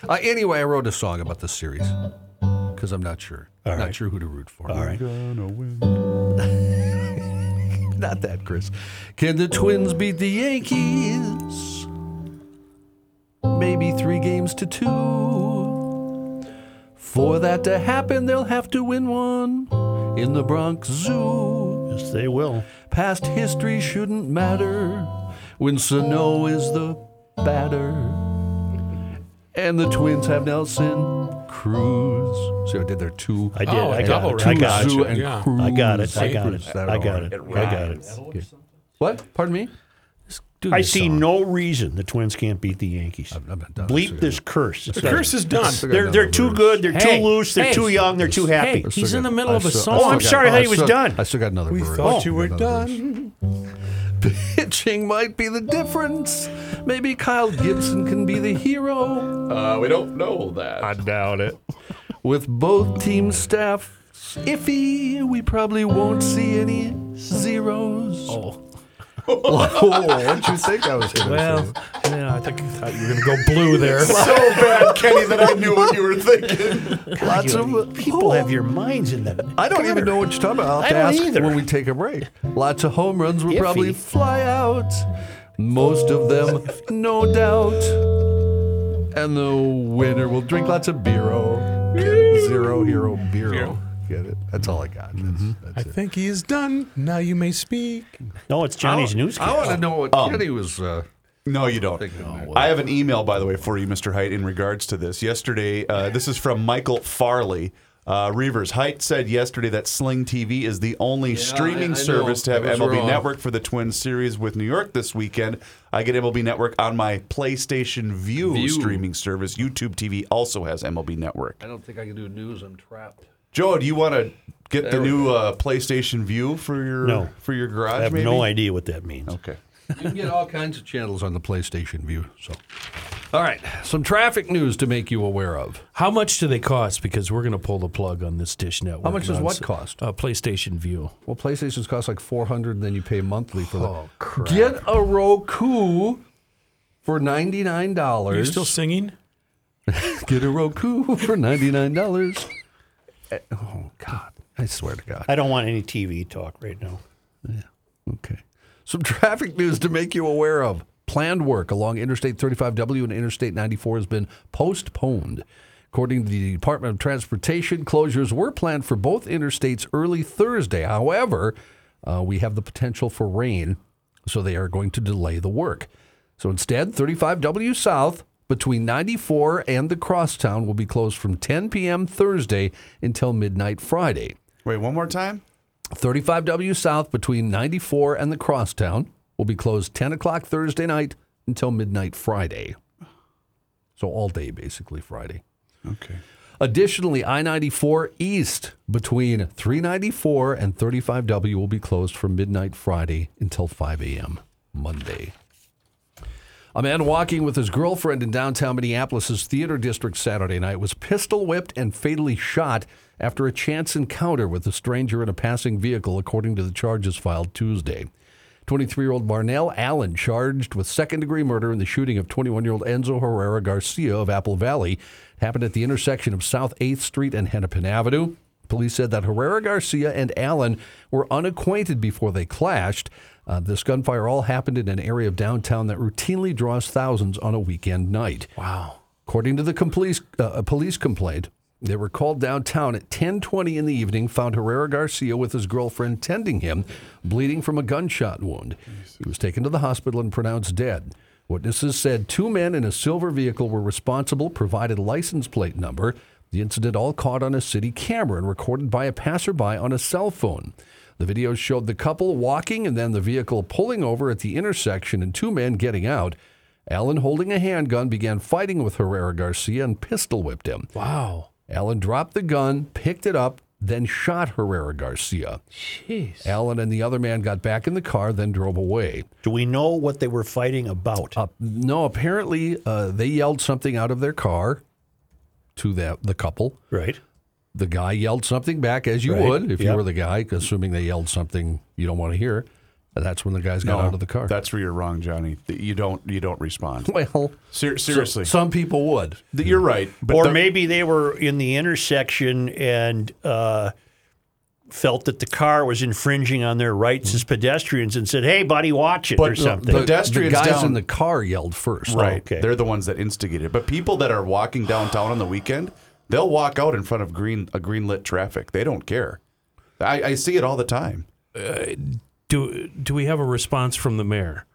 Uh, anyway, I wrote a song about this series because I'm not sure. Not sure who to root for. All
right.
not that, Chris. Can the Twins beat the Yankees? Maybe three games to two. For that to happen, they'll have to win one in the Bronx Zoo.
Yes, they will.
Past history shouldn't matter when Sano is the batter. And the Twins have Nelson Cruz. See, I did there two.
I did.
Oh,
I
a
got
double
it.
round.
I got
Zoo
Gotcha.
it.
and
Yeah.
Cruz.
I got it. I got
Cruz.
it. I got it. I got it.
What? Pardon me?
I see no reason the Twins can't beat the Yankees.
I'm not done.
Bleep this curse.
The curse is done.
They're they're too good. They're
Hey,
too loose. They're
hey,
too young. They're too happy.
Hey, he's in the middle
I
of a
still- I
song.
Oh, I'm
still
sorry, I
got-
thought he was
stiought-
done.
I still got another. verse. Oh.
thought you were
Another verse.
done.
Pitching might be the difference. Maybe Kyle Gibson can be the hero.
Uh, we don't know that.
doubt it. With both team staff iffy, we probably won't see any zeros. Oh.
Oh,
Didn't you think I was
Well, yeah, I think I thought you were going to go blue there.
so bad, Kenny, that I knew what you were thinking?
Lots of oh,
People have your minds in them.
I don't even know what you're talking about. I'll have
I
to
don't
ask
either.
when we take a break. Lots of home runs will probably
Iffy.
fly out. Most of them, no doubt. And the winner will drink lots of beero. Zero hero beero. Get it? That's all I got. That's,
Mm-hmm.
that's
I
it.
think he is done. Now you may speak.
No, it's Johnny's news.
Oh, I want to know what Kenny was. Uh,
No, you don't. I have an email, by the way, for you, Mr. Height, in regards to this. Yesterday, uh, this is from Michael Farley. Uh, Reavers, Height said yesterday that Sling TV is the only
I- I
streaming
know.
service to have
I was
MLB
wrong.
Network for the Twins series with New York this weekend. I get MLB Network on my PlayStation View,
View.
streaming service. YouTube TV also has MLB Network.
I don't think I can do news. I'm trapped.
Joe, do you want to get the new uh, PlayStation View for your
No.
for your garage?
I have
maybe?
no idea what that means.
Okay.
You can get all kinds of channels on the PlayStation View. So, all right, some traffic news to make you aware of.
How much do they cost? Because we're going to pull the plug on this Dish Network.
much does what cost?
Uh, PlayStation View.
Well, PlayStations cost like four hundred, and then you pay monthly for that. Oh crap! Get a Roku for ninety nine
Are you
dollars.
still singing?
get a Roku for ninety nine dollars. Oh God! I swear to God.
I don't want any TV talk right now.
Okay. Some traffic news to make you aware of. Planned work along Interstate 35W and Interstate 94 has been postponed. According to the Department of Transportation, closures were planned for both interstates early Thursday. However, uh, we have the potential for rain, so they are going to delay the work. So instead, 35W South between 94 and the crosstown will be closed from 10 p.m. Thursday until midnight Friday.
Wait, one more time.
35W South between 94 and the Crosstown will be closed 10 o'clock Thursday night until midnight Friday. So all day, basically, Friday.
Okay.
Additionally, I 94 East between 394 and 35W will be closed from midnight Friday until 5 a.m. Monday. A man walking with his girlfriend in downtown Minneapolis's theater district Saturday night was pistol whipped and fatally shot after a chance encounter with a stranger in a passing vehicle, according to the charges filed Tuesday. 23 year old Marnell Allen, charged with second degree murder in the shooting of 21 year old Enzo Herrera Garcia of Apple Valley, happened at the intersection of South 8th Street and Hennepin Avenue. Police said that Herrera Garcia and Allen were unacquainted before they clashed. Uh, this gunfire all happened in an area of downtown that routinely draws thousands on a weekend night. Wow. According to the com- police, uh, a police complaint, they were called downtown at 10:20 in the evening, found Herrera Garcia with his girlfriend tending him, bleeding from a gunshot wound. He was taken to the hospital and pronounced dead. Witnesses said two men in a silver vehicle were responsible, provided license plate number. The incident all caught on a city camera and recorded by a passerby on a cell phone. The video showed the couple walking and then the vehicle pulling over at the intersection and two men getting out. Allen, holding a handgun, began fighting with Herrera Garcia and pistol whipped him.
Wow.
Allen dropped the gun, picked it up, then shot Herrera Garcia.
Jeez.
Allen and the other man got back in the car, then drove away.
Do we know what they were fighting about?
Uh, no, apparently uh, they yelled something out of their car to the, the couple.
right.
The guy yelled something back, as you
Right.
would if you
Yep.
were the guy, assuming they yelled something you don't want to hear. And that's when the guys got out of the car.
Oh, That's where you're wrong, Johnny. Th- You don't you don't respond.
well,
Ser- seriously,
some people would.
Th- you're right. But
or
the-
maybe they were in the intersection and uh, felt that the car was infringing on their rights as pedestrians and said, "Hey, buddy, watch it" or
the-
something.
uh, the- Pedestrians
the guys
down-
in the car yelled first.
right.
okay.
They're the ones that instigated. But people that are walking downtown on the weekend, they'll walk out in front of green a green lit traffic. They don't care. I, I see it all the time.
Do do we have a response from the mayor?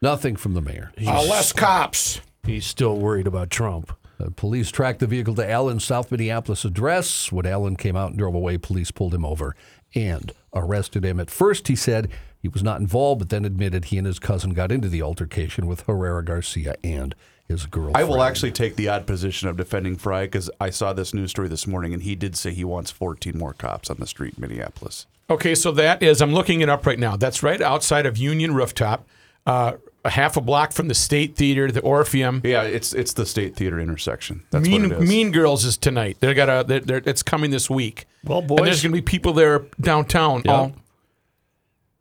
Nothing from the mayor.
Uh, less cops.
He's still worried about Trump.
Uh, police tracked the vehicle to Allen's South Minneapolis address. When Allen came out and drove away, police pulled him over and arrested him. At first, he said he was not involved, but then admitted he and his cousin got into the altercation with Herrera Garcia and his girlfriend.
I will actually take the odd position of defending Fry because I saw this news story this morning, and he did say he wants 14 more cops on the street in Minneapolis.
Okay, so that is, I'm looking it up right now. That's right outside of Union Rooftop, uh, a half a block from the State Theater, the Orpheum.
Yeah, it's it's the State Theater intersection. That's
mean,
what it is.
mean Girls is tonight. They got a. They're, they're, it's coming this week.
Well,
and
boys-
there's going to be people there downtown. all-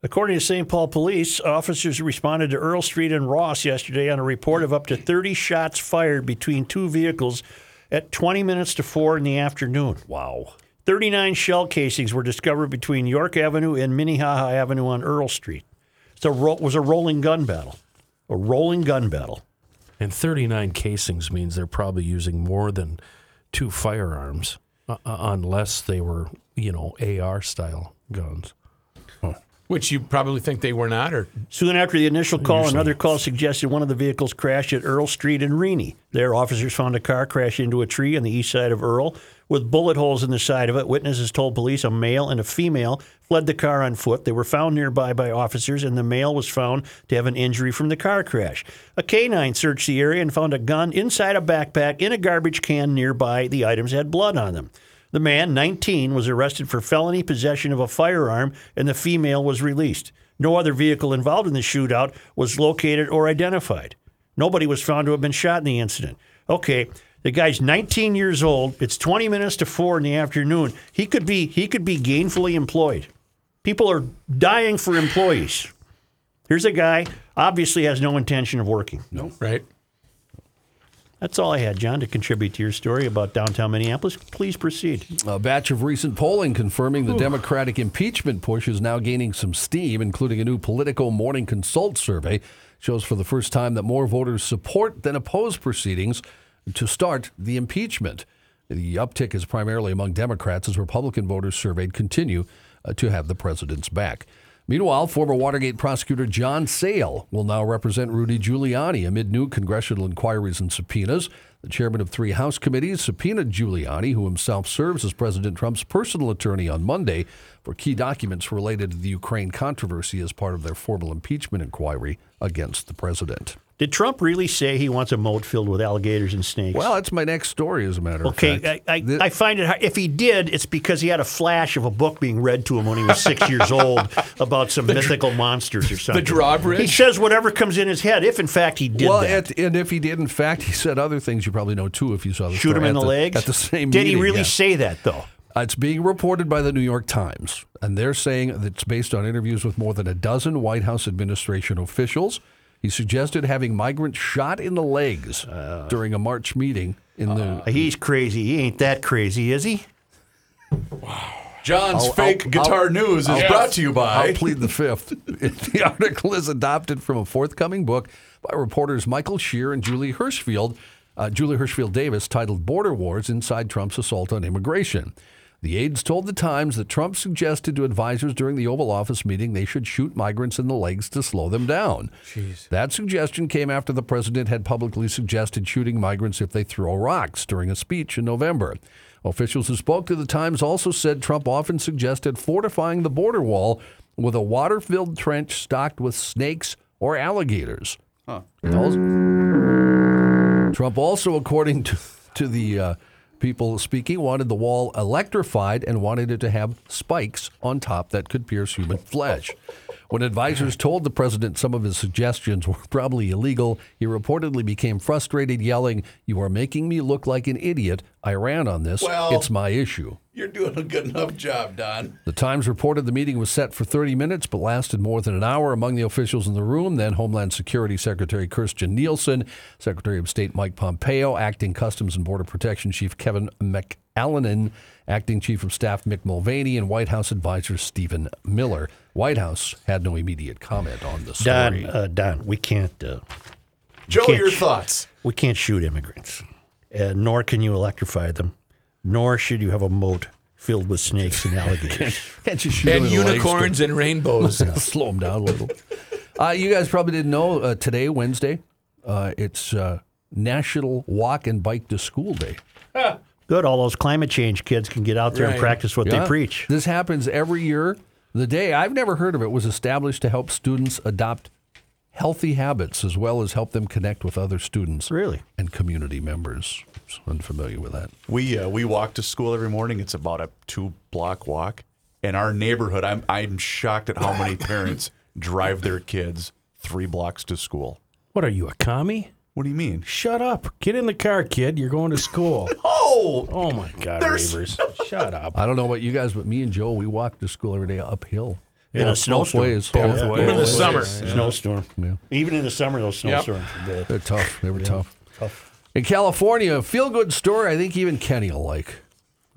According to St. Paul police, officers responded to Earl Street and Ross yesterday on a report of up to 30 shots fired between two vehicles at 20 minutes to 4 in the afternoon. Wow. 39 shell casings were discovered between York Avenue and Minnehaha Avenue on Earl Street. So ro- it was a rolling gun battle. A rolling gun battle.
And 39 casings means they're probably using more than two firearms, uh, uh, unless they were, you know, AR style guns.
which you probably think they were not, or
Soon after the initial call, another call suggested one of the vehicles crashed at Earl Street in Reaney. There, officers found a car crash into a tree on the east side of Earl with bullet holes in the side of it. Witnesses told police a male and a female fled the car on foot. They were found nearby by officers, and the male was found to have an injury from the car crash. A canine searched the area and found a gun inside a backpack in a garbage can nearby. The items had blood on them. The man, 19, was arrested for felony possession of a firearm, and the female was released. No other vehicle involved in the shootout was located or identified. Nobody was found to have been shot in the incident. Okay, the guy's 19 years old. It's 20 minutes to four in the afternoon. He could be he could be gainfully employed. People are dying for employees. Here's a guy obviously has no intention of working.
right?
That's all I had, John, to contribute to your story about downtown Minneapolis. Please proceed.
A batch of recent polling confirming the Democratic impeachment push is now gaining some steam, including a new Politico Morning Consult survey shows for the first time that more voters support than oppose proceedings to start the impeachment. The uptick is primarily among Democrats as Republican voters surveyed continue uh, to have the president's back. Meanwhile, former Watergate prosecutor John Sale will now represent Rudy Giuliani amid new congressional inquiries and subpoenas. The chairman of three House committees subpoenaed Giuliani, who himself serves as President Trump's personal attorney on Monday, for key documents related to the Ukraine controversy as part of their formal impeachment inquiry against the president.
Did Trump really say he wants a moat filled with alligators and snakes?
Well, that's my next story, as a matter of
okay,
fact.
I, I,
Thi-
I find it hard. If he did, it's because he had a flash of a book being read to him when he was six years old about some mythical monsters or something.
drawbridge?
He says whatever comes in his head, if in fact he did
well,
that.
at- and if he did, in fact, he said other things you probably know too if you saw the
Shoot him
story
in
at
the, legs?
at the same.
Did he
meeting,
really
yeah.
say that, though?
Uh, It's being reported by the New York Times, and they're saying that it's based on interviews with more than a dozen White House administration officials. He suggested having migrants shot in the legs during a March meeting in the.
He's crazy. He ain't that crazy, is he?
John's
I'll-
fake
I'll-
guitar
I'll-
news is
I'll-
brought to you
I'll
by.
plead the fifth. the article is adopted from a forthcoming book by reporters Michael Shear and Julie Hirschfield, uh, Julie Hirschfield Davis, titled "Border Wars: Inside Trump's Assault on Immigration." The aides told the Times that Trump suggested to advisors during the Oval Office meeting they should shoot migrants in the legs to slow them down. That suggestion came after the president had publicly suggested shooting migrants if they throw rocks during a speech in November. Officials who spoke to the Times also said Trump often suggested fortifying the border wall with a water filled trench stocked with snakes or alligators. Also- Trump also, according to, to the uh, people speaking, wanted the wall electrified and wanted it to have spikes on top that could pierce human flesh. When advisors told the president some of his suggestions were probably illegal, he reportedly became frustrated, yelling, You are making me look like an idiot. I ran on this.
Well-
it's my issue.
You're doing a good enough job, Don.
The Times reported the meeting was set for 30 minutes but lasted more than an hour among the officials in the room. Then Homeland Security Secretary Kirstjen Nielsen, Secretary of State Mike Pompeo, Acting Customs and Border Protection Chief Kevin McAllenan, Acting Chief of Staff Mick Mulvaney, and White House Advisor Stephen Miller. White House had no immediate comment on the story.
Don, uh, Don, we can't. Uh,
Joe,
Can't
your
sh-
thoughts?
we can't shoot immigrants, uh, nor can you electrify them, nor should you have a moat filled with snakes and alligators.
Can't you shoot
And
him in the legs, but-
unicorns and rainbows.
slow them down a little. Uh, you guys probably didn't know uh, today, Wednesday, uh, it's uh, National Walk and Bike to School Day.
Good, all those climate change kids can get out there and
Right.
practice what
Yeah.
they preach.
This happens every year. The day I've never heard of it was established to help students adopt healthy habits as well as help them connect with other students
Really?
and community members. So unfamiliar with that.
We uh, we walk to school every morning. It's about a two block walk. In our neighborhood, I'm I'm shocked at how many parents drive their kids three blocks to school.
What are you, a commie?
What do you mean?
Shut up. Get in the car, kid. You're going to school.
Oh,
oh my God,
There's-
Reavers. Shut up.
I don't know about you guys, but me and Joe, we walk to school every day uphill.
In a
Both
snowstorm.
ways.
Both
Yeah.
ways.
In the summer.
Snowstorm. Even in the summer, those
Yep.
snowstorms are bad.
They're tough. They were tough. In California, a feel good story I think even Kenny will like.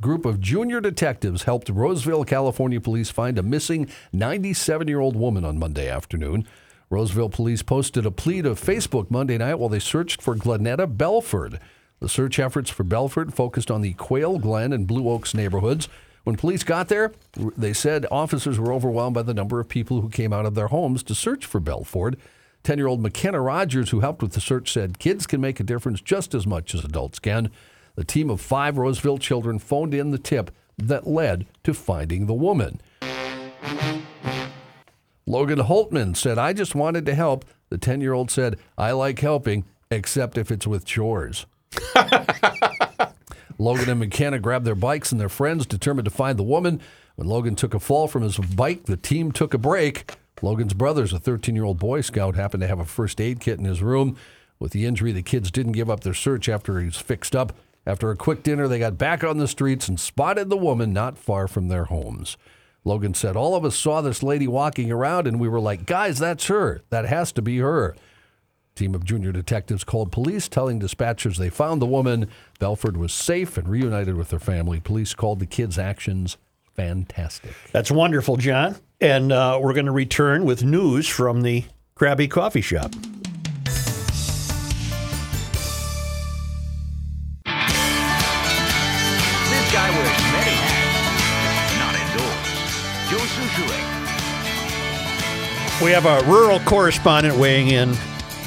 Group of junior detectives helped Roseville, California police find a missing 97 year old woman on Monday afternoon. Roseville police posted a plea to Facebook Monday night while they searched for Glenetta Belford. The search efforts for Belford focused on the Quail Glen and Blue Oaks neighborhoods. When police got there, they said officers were overwhelmed by the number of people who came out of their homes to search for Belford. 10 year old McKenna Rogers, who helped with the search, said kids can make a difference just as much as adults can. The team of five Roseville children phoned in the tip that led to finding the woman. Logan Holtman said, I just wanted to help. The 10 year old said, I like helping, except if it's with chores. Logan and McKenna grabbed their bikes and their friends, determined to find the woman. When Logan took a fall from his bike, the team took a break. Logan's brothers, a 13 year old Boy Scout, happened to have a first aid kit in his room. With the injury, the kids didn't give up their search after he was fixed up. After a quick dinner, they got back on the streets and spotted the woman not far from their homes. Logan said, All of us saw this lady walking around, and we were like, Guys, that's her. That has to be her. Team of junior detectives called police, telling dispatchers they found the woman. Belford was safe and reunited with her family. Police called the kids' actions fantastic.
That's wonderful, John. And uh, we're going to return with news from the Krabby Coffee Shop.
This guy wears many hats. Not indoors. Joe Souchere.
We have a rural correspondent weighing in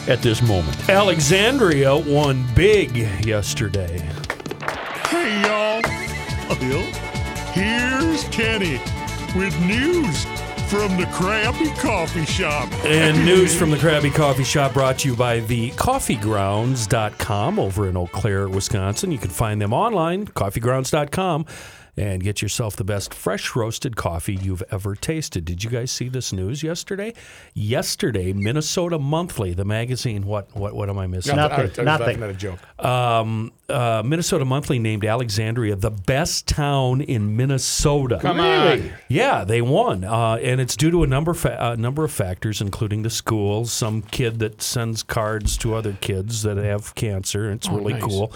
at this moment.
Alexandria won big yesterday.
Hey, y'all. Oh, Here's Kenny with news from the Krabby Coffee Shop.
And news from the Krabby Coffee Shop brought to you by the coffeegrounds.com over in Eau Claire, Wisconsin. You can find them online, coffeegrounds.com, and get yourself the best fresh roasted coffee you've ever tasted. Did you guys see this news yesterday? Yesterday, Minnesota Monthly, the magazine, what what what am I missing?
Nothing,
I was laughing
nothing.
at a joke.
Um, uh, Minnesota Monthly named Alexandria the best town in Minnesota.
Come on.
Yeah, they won, uh, and it's due to a number fa- uh, number of factors, including the schools, some kid that sends cards to other kids that have cancer. It's
Oh,
really cool,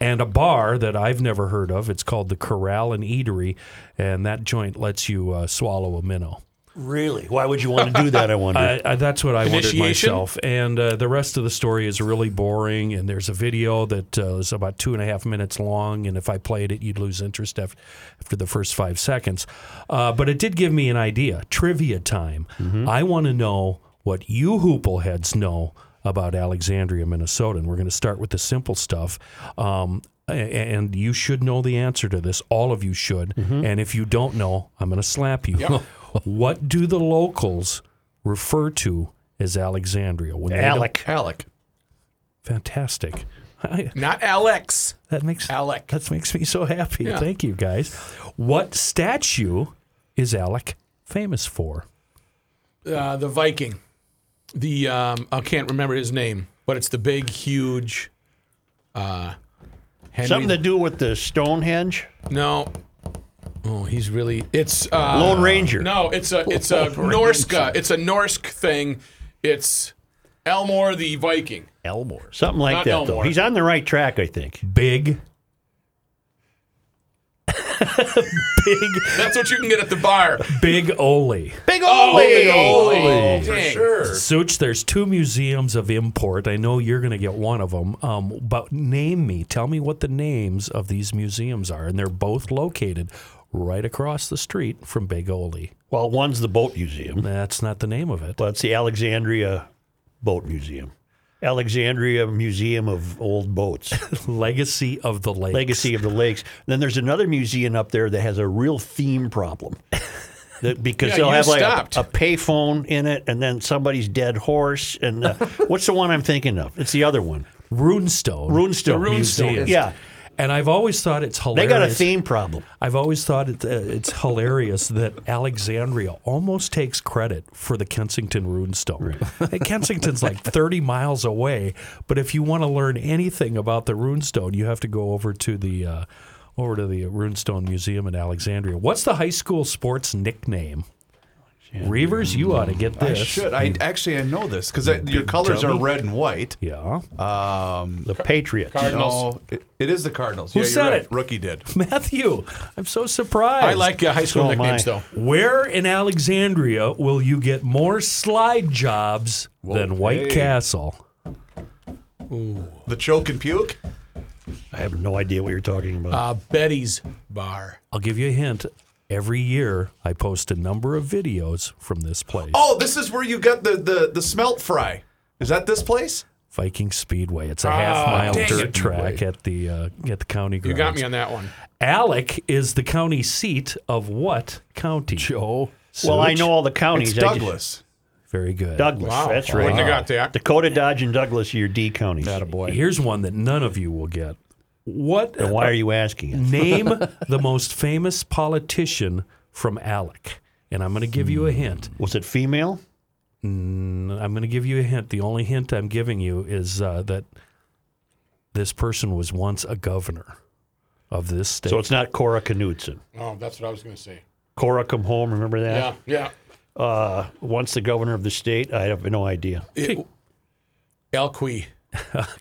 and a bar that I've never heard of. It's called the Corral and Eatery, and that joint lets you uh, swallow a minnow.
Really? Why would you want to do that? I wonder.
I, I, that's what I wondered
Initiation?
myself. And uh, the rest of the story is really boring. And there's a video that uh, is about two and a half minutes long. And if I played it, you'd lose interest after, after the first five seconds. Uh, but it did give me an idea. Trivia time. I want to know what you hoopleheads know about Alexandria, Minnesota. And we're going to start with the simple stuff. Um, a- and you should know the answer to this. All of you should. And if you don't know, I'm going to slap you. what do the locals refer to as Alexandria? When they don't-
Alec.
Alec.
Fantastic. I-
Not Alex.
that makes
Alec.
That makes me so happy.
Yeah.
Thank you, guys. What statue is Alec famous for?
Uh, the Viking. The um, I can't remember his name, but it's the big, huge. Uh, Henry-
Something to do with the Stonehenge?
No. Oh, he's really. It's uh,
Lone Ranger.
No, it's a it's a
Lone
Norska. It's a Norsk thing. It's Elmore the Viking.
Elmore. Something like
Not
that, though.
Elmore.
He's on the right track, I think.
Big. big,
That's what you can get at the bar.
big Ole.
Big
Holy,
Ole!
for sure.
Such, there's two museums of import. I know you're going to get one of them. Um, but name me, tell me what the names of these museums are, and they're both located right across the street from Big Ole.
Well, one's the boat museum.
That's not the name of it.
Well, it's the Alexandria Boat Museum. Alexandria Museum of Old Boats,
Legacy of the Lake.
Legacy of the Lakes. Then there's another museum up there that has a real theme problem. That- because
Yeah,
they'll
you
have like
stopped.
a, a payphone in it, and then somebody's dead horse. And uh, what's the one I'm thinking of? It's the other one,
Runestone.
Runestone.
Runestone.
Museum.
Yeah.
And I've always thought it's
They
hilarious.
got a theme problem.
I've always thought it, uh, it's hilarious that Alexandria almost takes credit for the Kensington runestone. And Kensington's like 30 miles away, but if you want to learn anything about the runestone, you have to go over to the uh, over to the runestone museum in Alexandria. What's the high school sports nickname? Reavers, you ought to get
I
this.
should. I actually I know this because your colors are
dummy.
red and white.
Yeah,
The Patriots.
Cardinals.
No, it, it is the Cardinals.
Who
yeah, you're
said
right.
it?
Rookie did.
Matthew, I'm so surprised.
I like uh, high school
So am
nicknames
I.
though.
Where in Alexandria will you get more slide jobs than White
hey.
Castle?
The choke and puke.
I have no idea what you're talking about.
Uh, Betty's bar.
I'll give you a hint. Every year, I post a number of videos from this place.
Oh, this is where you got the the the smelt fry. Is that this place?
Viking Speedway. It's a half mile
Ah, dang
dirt
it.
track at the uh, at the county
You
grounds.
got me on that one.
Alec is the county seat of what county?
Joe.
well, I
Such-
know all the counties.
It's
I just-
Douglas.
Very good.
Douglas.
Wow.
That's
Wouldn't
right.
have got that.
Dakota, Dodge, and Douglas are your D counties.
Here's one that none of you will get. What
Then why are you asking it?
Name the most famous politician from Alec. And I'm going to give you a hint.
Was it female?
I'm going to give you a hint. The only hint I'm giving you is uh, that this person was once a governor of this state.
So it's not Cora Knutson.
Oh, that's what I was going to say.
Cora come home, remember
Yeah,
that?
yeah.
Uh, once the governor of the state, I have no idea.
It, Elqui.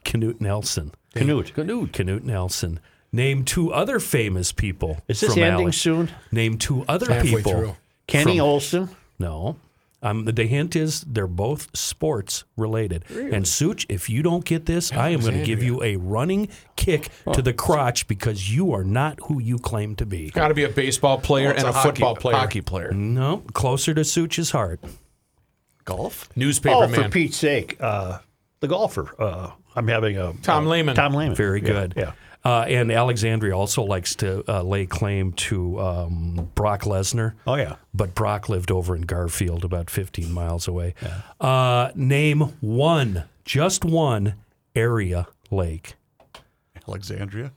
Canute Nelson.
Knut.
Canute. Canute Nelson. Name two other famous people.
Is this
from
ending
Alec.
soon?
Name two other
Halfway
people.
through.
Kenny
from-
Olson.
No. Um, the hint is they're both sports related. And Such, if you don't get this, I am going to give you a running kick to the crotch because you are not who you claim to be.
Got to be a baseball player
It's
and a,
hockey-
football player.
Hockey player.
No, closer to Such's heart.
Golf.
Newspaper
Oh,
man.
for Pete's sake, uh, the golfer. Uh, I'm having a
Tom
uh,
Lehman.
Tom Lehman.
Very
Yeah,
good.
Yeah.
Uh, and Alexandria also likes to uh, lay claim to um, Brock Lesnar.
Oh yeah.
But Brock lived over in Garfield, about 15 miles away. Uh, name one, just one area lake.
Alexandria.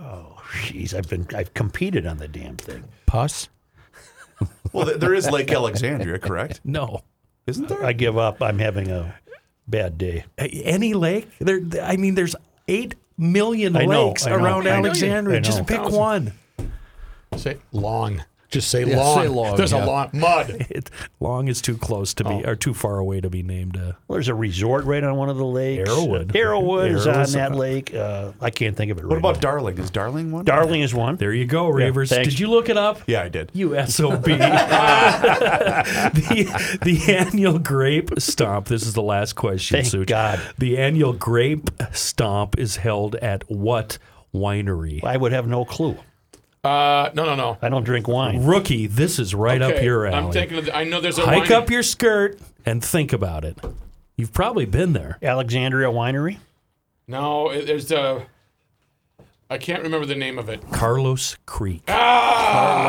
Jeez, I've been I've competed on the damn thing.
Pus.
Well, th- there is Lake Alexandria, correct?
No.
Isn't there?
I give up. I'm having a bad day.
A- any lake. There, I mean, there's eight million
I know,
lakes
I know,
around
I know.
Alexandria.
I know.
Just pick one.
Say, lawn. Just say
Yeah,
lawn.
say lawn,
There's
yeah.
a lawn. Mud.
It, long is too close to
Oh.
be, or too far away to be named. Uh,
Well, there's a resort right on one of the lakes.
Arrowwood.
Arrowwood is on
Arrowwood's
that
on-
lake. Uh, I can't think of it.
What
right
about
now.
Darling? Is Darling one?
Darling? Is one.
there you go, Ravers.
thanks.
Did you look it up?
Yeah, I did.
You SOB. the, the annual grape stomp. This is the last question,
Thank
Such.
God.
The annual grape stomp is held at what winery?
I would have no clue.
Uh, no, no, no.
I don't drink wine.
Rookie, this is right up
Okay,
your alley.
I'm thinking. Of the, I know there's a
Hike
wine-
up your skirt and think about it. You've probably been there.
Alexandria Winery.
No, it- there's a. I can't remember the name of it.
Carlos Creek.
Ah.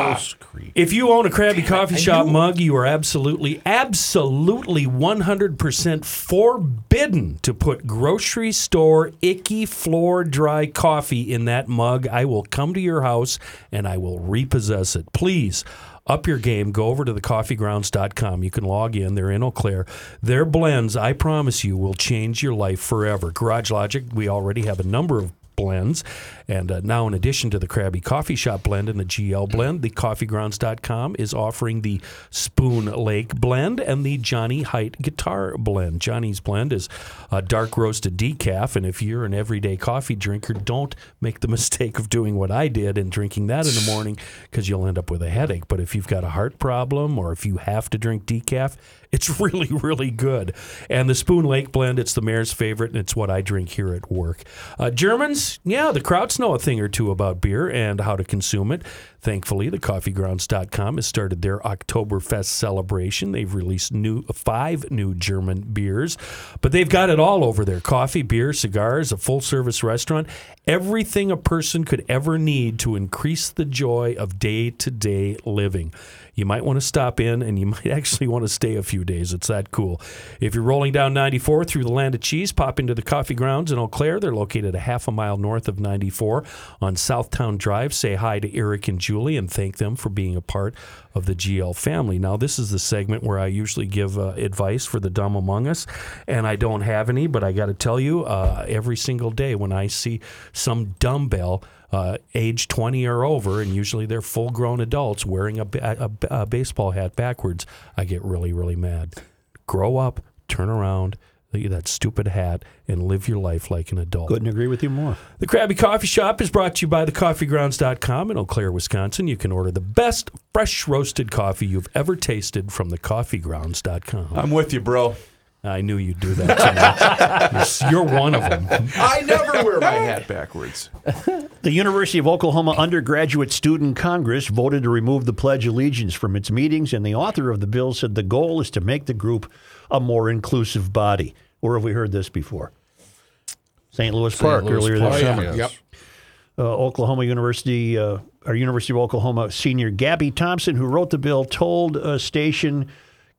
If you own a Krabby Coffee
I
Shop
knew-
mug, you are absolutely, absolutely 100% forbidden to put grocery store icky floor dry coffee in that mug. I will come to your house and I will repossess it. Please. Up your game, go over to thecoffeegrounds.com. You can log in. They're in Eau Claire. Their blends, I promise you, will change your life forever. Garage Logic, we already have a number of blends. And uh, now, in addition to the Krabby Coffee Shop blend and the GL blend, the coffeegrounds.com is offering the Spoon Lake blend and the Johnny Height guitar blend. Johnny's blend is a dark roasted decaf. And if you're an everyday coffee drinker, don't make the mistake of doing what I did and drinking that in the morning because you'll end up with a headache. But if you've got a heart problem or if you have to drink decaf, it's really, really good. And the Spoon Lake blend, it's the mayor's favorite, and it's what I drink here at work. Uh, Germans, yeah, the Krauts know a thing or two about beer and how to consume it. Thankfully, the coffeegrounds.com has started their Oktoberfest celebration. They've released new five new German beers, but they've got it all over there coffee, beer, cigars, a full service restaurant, everything a person could ever need to increase the joy of day to day living. You might want to stop in and you might actually want to stay a few days. It's that cool. If you're rolling down 94 through the land of cheese, pop into the coffee grounds in Eau Claire. They're located a half a mile north of 94 on Southtown Drive. Say hi to Eric and Julie and thank them for being a part of the GL family. Now, this is the segment where I usually give uh, advice for the dumb among us, and I don't have any, but I got to tell you, uh, every single day when I see some dumbbell, uh, age 20 or over, and usually they're full grown adults wearing a, ba- a, a baseball hat backwards, I get really, really mad. Grow up, turn around, leave that stupid hat, and live your life like an adult.
Couldn't agree with you more.
The Krabby Coffee Shop is brought to you by thecoffeegrounds.com in Eau Claire, Wisconsin. You can order the best fresh roasted coffee you've ever tasted from thecoffeegrounds.com.
Um,
I'm with you, bro.
I knew you'd do that to me. You're one of them.
I never wear my hat backwards.
The University of Oklahoma Undergraduate Student Congress voted to remove the Pledge of Allegiance from its meetings, and the author of the bill said the goal is to make the group a more inclusive body. Where have we heard this before? St. Louis Park
Louis
earlier
Oh,
this
yeah.
summer.
Yep.
uh, Oklahoma University uh, or University of Oklahoma senior Gabby Thompson, who wrote the bill, told uh, station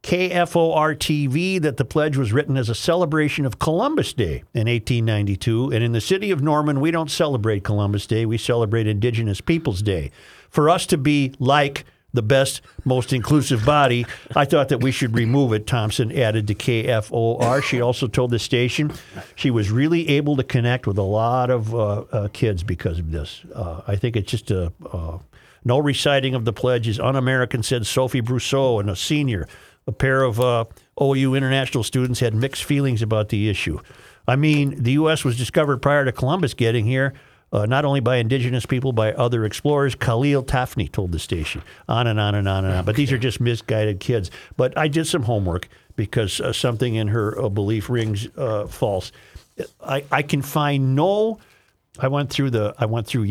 KFOR TV that the pledge was written as a celebration of Columbus Day in 1892. And in the city of Norman, we don't celebrate Columbus Day, we celebrate Indigenous Peoples Day. For us to be like the best, most inclusive body. I thought that we should remove it, Thompson added to KFOR. She also told the station she was really able to connect with a lot of uh, uh, kids because of this. Uh, I think it's just a. Uh, no reciting of the pledge is un American, said Sophie Brousseau, and a senior. A pair of uh, OU international students had mixed feelings about the issue. I mean, the U.S. was discovered prior to Columbus getting here uh, not only by indigenous people, by other explorers. Khalil Tafni told the station. On and on and on and on. But these are just misguided kids. But I did some homework because uh, something in her uh, belief rings uh, false. I, I can find no. I went through the I went through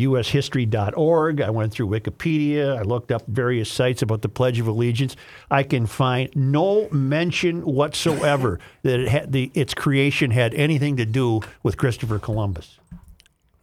ushistory.org, I went through Wikipedia, I looked up various sites about the Pledge of Allegiance. I can find no mention whatsoever that it had the its creation had anything to do with Christopher Columbus.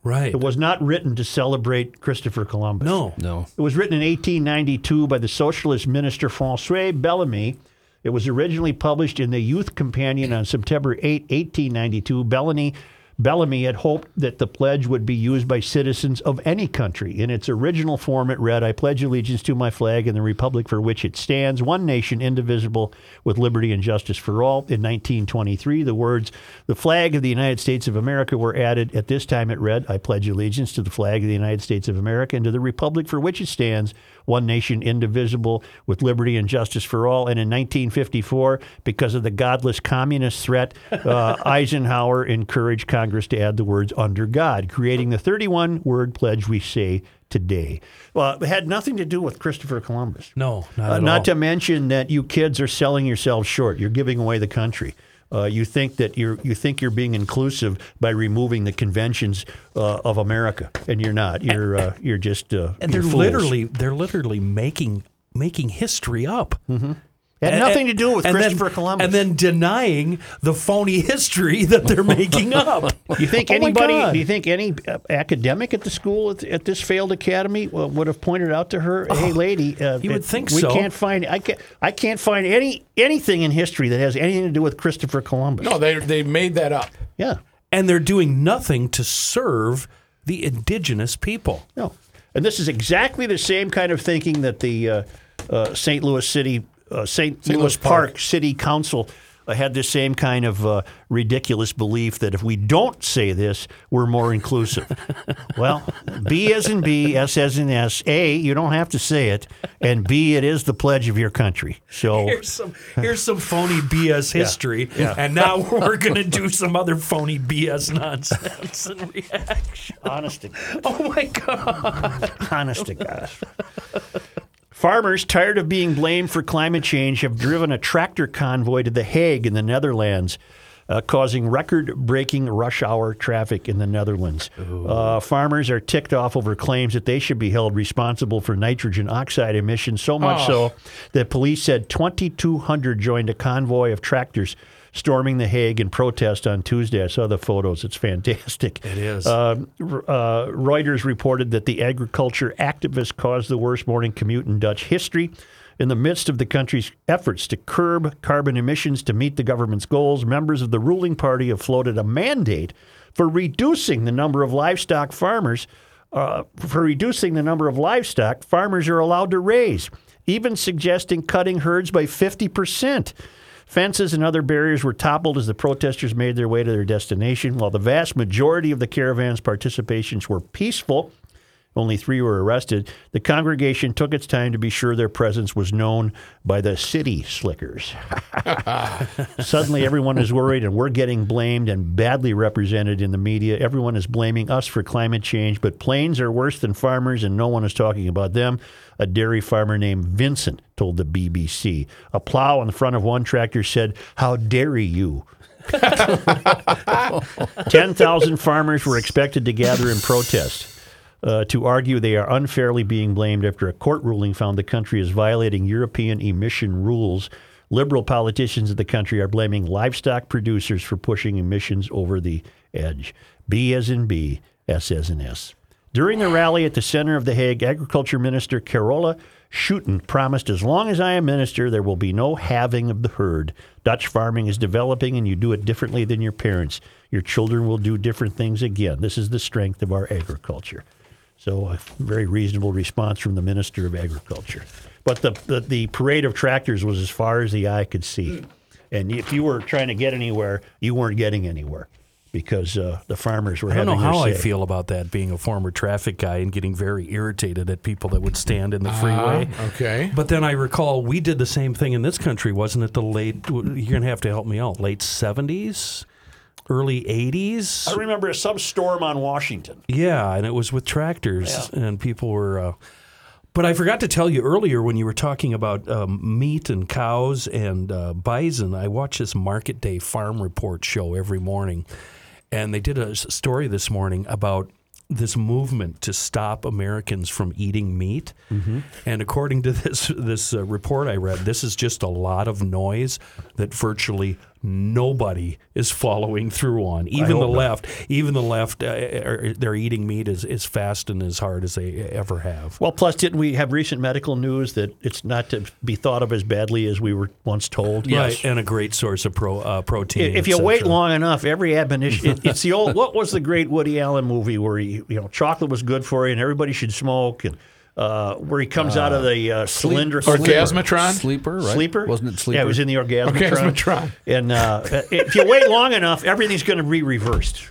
Right.
It was not written to celebrate Christopher Columbus.
No.
No.
It was written in 1892 by the socialist minister Francois Bellamy. It was originally published in the Youth Companion on September 8, 1892. Bellamy, Bellamy had hoped that the pledge would be used by citizens of any country. In its original form, it read, I pledge allegiance to my flag and the republic for which it stands, one nation indivisible, with liberty and justice for all. In 1923, the words, the flag of the United States of America, were added. At this time, it read, I pledge allegiance to the flag of the United States of America and to the republic for which it stands, one nation indivisible, with liberty and justice for all. And in 1954, because of the godless communist threat, uh, Eisenhower encouraged Congress to add the words under God, creating the 31 word pledge we say today. Well, it had nothing to do with Christopher Columbus.
No, not
Uh,
at
not
all.
to mention that you kids are selling yourselves short. You're giving away the country. Uh, you think that you're you think you're being inclusive by removing the conventions uh, of America, and you're not. You're uh, you're just uh,
and
you're
they're
fools.
literally they're literally making making history up.
had
And-
nothing to do with
and then-
Christopher Columbus.
and then denying the phony history that they're making up.
You think
Oh my
anybody?
God.
Do you think any uh, academic at the school at, at this failed academy uh, would have pointed out to her, "Hey, lady, uh,
Oh, you would think
we
so."
can't find. I can't. I can't find any anything in history that has anything to do with Christopher Columbus."
No, they they made that up.
Yeah.
and they're doing nothing to serve the indigenous people.
No. And this is exactly the same kind of thinking that the uh, uh, St. Louis City, uh, St. Louis,
Louis
Park.
Park.
City Council uh, had the same kind of uh, ridiculous belief that if we don't say this, we're more inclusive. well, B as in B, S as in S, A, you don't have to say it, and B, it is the pledge of your country. So.
Here's some here's some phony BS history,
yeah.
and now we're going to do some other phony BS nonsense and reaction.
Honest to
Oh my God!
Honest to God. Farmers tired of being blamed for climate change have driven a tractor convoy to The Hague in the Netherlands. Uh, causing record breaking rush hour traffic in the Netherlands. Uh, farmers are ticked off over claims that they should be held responsible for nitrogen oxide emissions, so much so that police said 2,200 joined a convoy of tractors storming The Hague in protest on Tuesday. I saw the photos, it's fantastic. It
is.
um, r- uh, Reuters reported that the agriculture activists caused the worst morning commute in Dutch history. In the midst of the country's efforts to curb carbon emissions to meet the government's goals, members of the ruling party have floated a mandate for reducing the number of livestock farmers uh, for reducing the number of livestock farmers are allowed to raise, even suggesting cutting herds by 50%. Fences and other barriers were toppled as the protesters made their way to their destination. While the vast majority of the caravan's participations were peaceful, only three were arrested, the congregation took its time to be sure their presence was known by the city slickers. Suddenly, everyone is worried, and we're getting blamed and badly represented in the media. Everyone is blaming us for climate change, but planes are worse than farmers, and no one is talking about them. A dairy farmer named Vincent told the BBC. A plow in the front of one tractor said, How dare you! 10,000 farmers were expected to gather in protest uh, to argue they are unfairly being blamed after a court ruling found the country is violating European emission rules. Liberal politicians of the country are blaming livestock producers for pushing emissions over the edge. B as in B, S as in S. During the rally at the center of The Hague, Agriculture Minister Carola Schouten promised, As long as I am minister, there will be no halving of the herd. Dutch farming is developing, and you do it differently than your parents. Your children will do different things again. This is the strength of our agriculture. So, a very reasonable response from the Minister of Agriculture. But the, the, the parade of tractors was as far as the eye could see. And if you were trying to get anywhere, you weren't getting anywhere because uh, the farmers were
I don't
having
know how
their
I
say.
feel about that. Being a former traffic guy and getting very irritated at people that would stand in the freeway.
okay.
But then I recall we did the same thing in this country, wasn't it? The late you're gonna have to help me out. Late seventies, early eighties.
I remember some storm on Washington.
Yeah, and it was with tractors, and people were. Uh, but I forgot to tell you earlier when you were talking about um, meat and cows and uh, bison. I watch this Market Day Farm Report show every morning, and they did a s- story this morning about this movement to stop Americans from eating meat. And according to this this uh, report I read, this is just a lot of noise that virtually nobody is following through on. Even the left, even the left, uh, are, they're eating meat as, as fast and as hard as they uh, ever have.
Well, plus, didn't we have recent medical news that it's not to be thought of as badly as we were once told?
Right, and a great source of pro, uh, protein.
If
et
you wait
cetera.
long enough, every admonition, it, it's the old, what was the great Woody Allen movie where he, you know, chocolate was good for you and everybody should smoke and uh, where he comes out of the uh, cylinder.
Or Gasmatron?
Sleeper, right?
Sleeper?
Wasn't it sleeper?
Yeah, it was in the orgasmatron.
Orgasmatron.
And uh, if you wait long enough, everything's going to be reversed.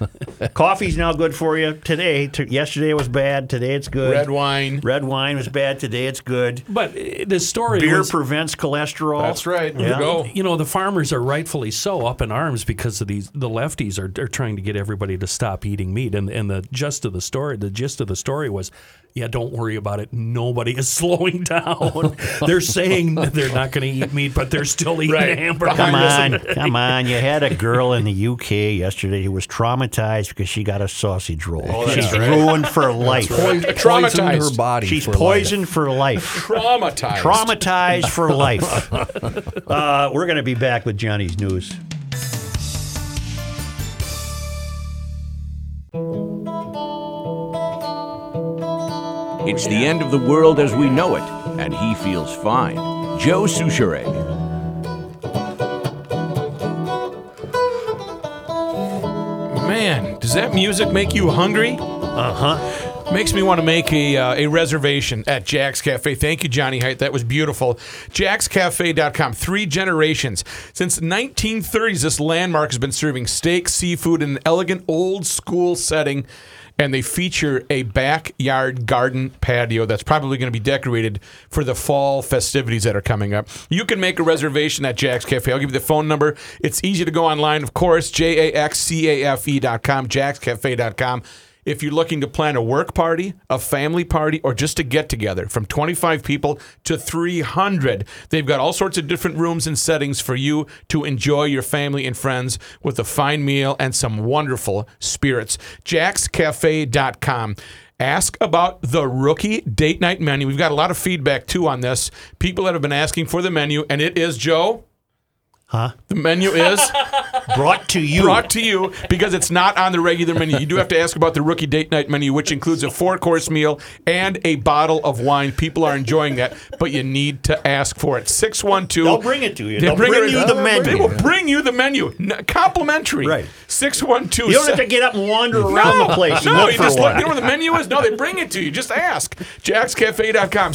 Coffee's now good for you today. To, yesterday was bad. Today it's good.
Red wine.
Red wine was bad. Today it's good.
But uh, the story
Beer
was-
prevents cholesterol.
That's right.
Yeah.
Go.
you know the farmers are rightfully so up in arms because of these the lefties are, are trying to get everybody to stop eating meat and and the gist of the story the gist of the story was yeah don't worry about it nobody is slowing down they're saying that they're not going to eat meat but they're still eating
Right.
hamburgers
Come on, come on. You had a girl in the UK yesterday who was traumatized because she got a sausage roll.
Oh,
She's ruined for life.
Pois-
Traumatized.
poisoned her body.
She's
for life.
poisoned for life.
Traumatized.
Traumatized for life. Uh, we're going to be back with Johnny's news.
It's the end of the world as we know it, and he feels fine. Joe Souchere.
Man, does that music make you hungry?
Uh huh.
Makes me want to make a, uh, a reservation at Jack's Cafe. Thank you, Johnny Height. That was beautiful. Jack'sCafe.com. Three generations. Since 1930s, this landmark has been serving steak, seafood in an elegant old school setting, and they feature a backyard garden patio that's probably going to be decorated for the fall festivities that are coming up. You can make a reservation at Jack's Cafe. I'll give you the phone number. It's easy to go online, of course, jaxcafe.com, jackscafe.com. If you're looking to plan a work party, a family party, or just a get together from 25 people to 300, they've got all sorts of different rooms and settings for you to enjoy your family and friends with a fine meal and some wonderful spirits. JacksCafe.com. Ask about the rookie date night menu. We've got a lot of feedback too on this. People that have been asking for the menu, and it is Joe. Huh? The menu is.
Brought to you.
brought to you because it's not on the regular menu. You do have to ask about the rookie date night menu, which includes a four course meal and a bottle of wine. People are enjoying that, but you need to ask for it. 612.
They'll bring it to you. They'll bring you the menu.
They will bring you the menu. N- complimentary.
Right.
612.
you don't have to get up and wander around the place. and
No,
look
you
for
just
one.
look. You know where the menu is? No, they bring it to you. Just ask. JacksCafe.com,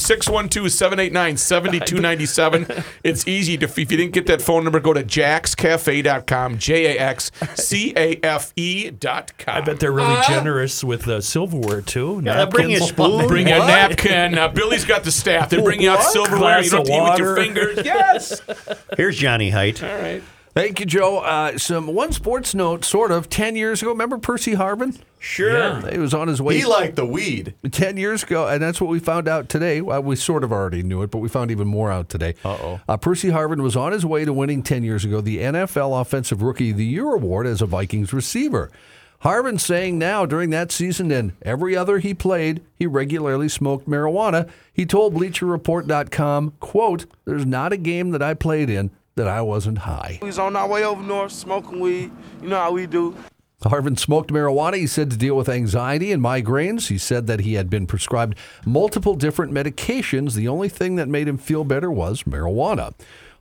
612-789-7297. It's easy. to If you didn't get that phone number, go to JacksCafe.com, J-A-X-C-A-F-E E dot com.
I bet they're really generous with the silverware too.
Ah. Yeah, they'll bring you a
napkins.
spoon.
Bring you a napkin. Uh, Billy's got the staff. They bring you out
What?
silverware. You don't have
Glass
to eat with
of
your
water.
fingers. Yes.
Here's Johnny Height.
All right.
Thank you, Joe. Uh, some one sports note, sort of. Ten years ago, remember Percy Harvin?
Sure.
He was on his way.
He liked the weed.
10 years ago, and that's what we found out today. Well, we sort of already knew it, but we found even more out today. Uh-oh. Percy Harvin was on his way to winning 10 years ago the NFL Offensive Rookie of the Year award as a Vikings receiver. Harvin saying now during that season and every other he played, he regularly smoked marijuana. He told BleacherReport.com, quote, there's not a game that I played in that I wasn't high.
We was on our way over north smoking weed. You know how we do.
Harvin smoked marijuana, he said, to deal with anxiety and migraines. He said that he had been prescribed multiple different medications. The only thing that made him feel better was marijuana.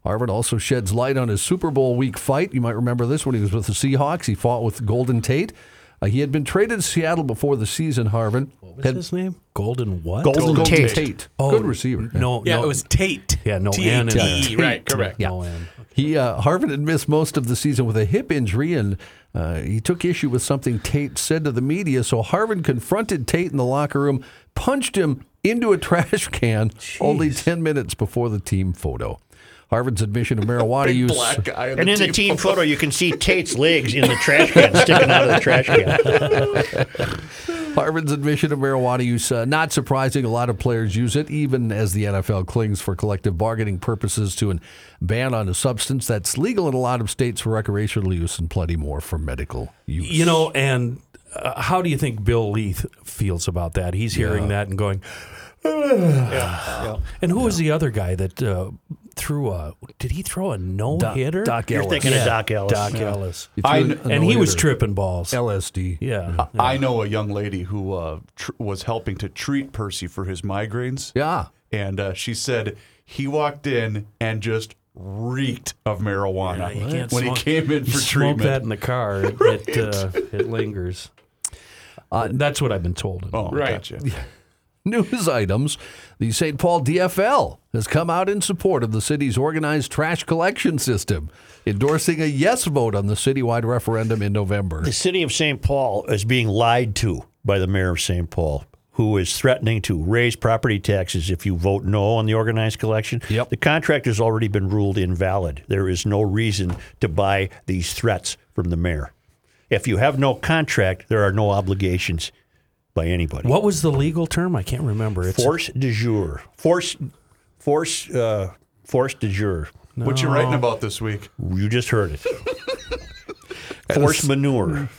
Harvin also sheds light on his Super Bowl week fight. You might remember this when he was with the Seahawks. He fought with Golden Tate. Uh, he had been traded to Seattle before the season, Harvin. What
What's his name? Golden what?
Oh,
Oh,
Golden Tate. Oh.
Good receiver.
No,
Yeah,
no,
it was Tate.
Yeah, no N in
T-A-T-E,
it.
E Right, correct.
No N.
He uh, Harvin had missed most of the season with a hip injury, and uh, he took issue with something Tate said to the media. So Harvin confronted Tate in the locker room, punched him into a trash can only ten minutes before the team photo. Harvin's admission of marijuana
Big
use.
black guy. on
And in the team photo, you can see Tate's legs in the trash can sticking out of the trash can.
Harvin's admission of marijuana use, uh, not surprising. A lot of players use it, even as the NFL clings for collective bargaining purposes to an ban on a substance that's legal in a lot of states for recreational use and plenty more for medical use.
You know, and uh, how do you think Bill Leith feels about that? He's hearing that and going, "Ugh." And who was the other guy that uh, threw a. Did he throw a no hitter?
Doc You're Ellis.
thinking of Doc Ellis.
Doc
Yeah.
Ellis.
You
I
threw
kn-
a
and he was
no-hitter. Uh,
tripping balls.
LSD.
yeah.
I know a young lady who uh, tr- was helping to treat Percy for his migraines.
Yeah.
And uh, she said he walked in and just reeked of marijuana
You can't
when
smoke-
he came in
you
for
smoke
treatment.
that in the car, it, it, uh, it lingers.
Uh,
That's what I've been told.
oh,
Right.
gotcha.
News items. The St. Paul DFL has come out in support of the city's organized trash collection system, endorsing a yes vote on the citywide referendum in November.
The city of St. Paul is being lied to by the mayor of St. Paul, who is threatening to raise property taxes if you vote no on the organized collection.
Yep.
The contract has already been ruled invalid. There is no reason to buy these threats from the mayor. If you have no contract, there are no obligations by anybody.
What was the legal term? I can't remember. It's
Force de jure. Force, force, uh, force de jure.
What you writing about this week?
You just heard it. force manure.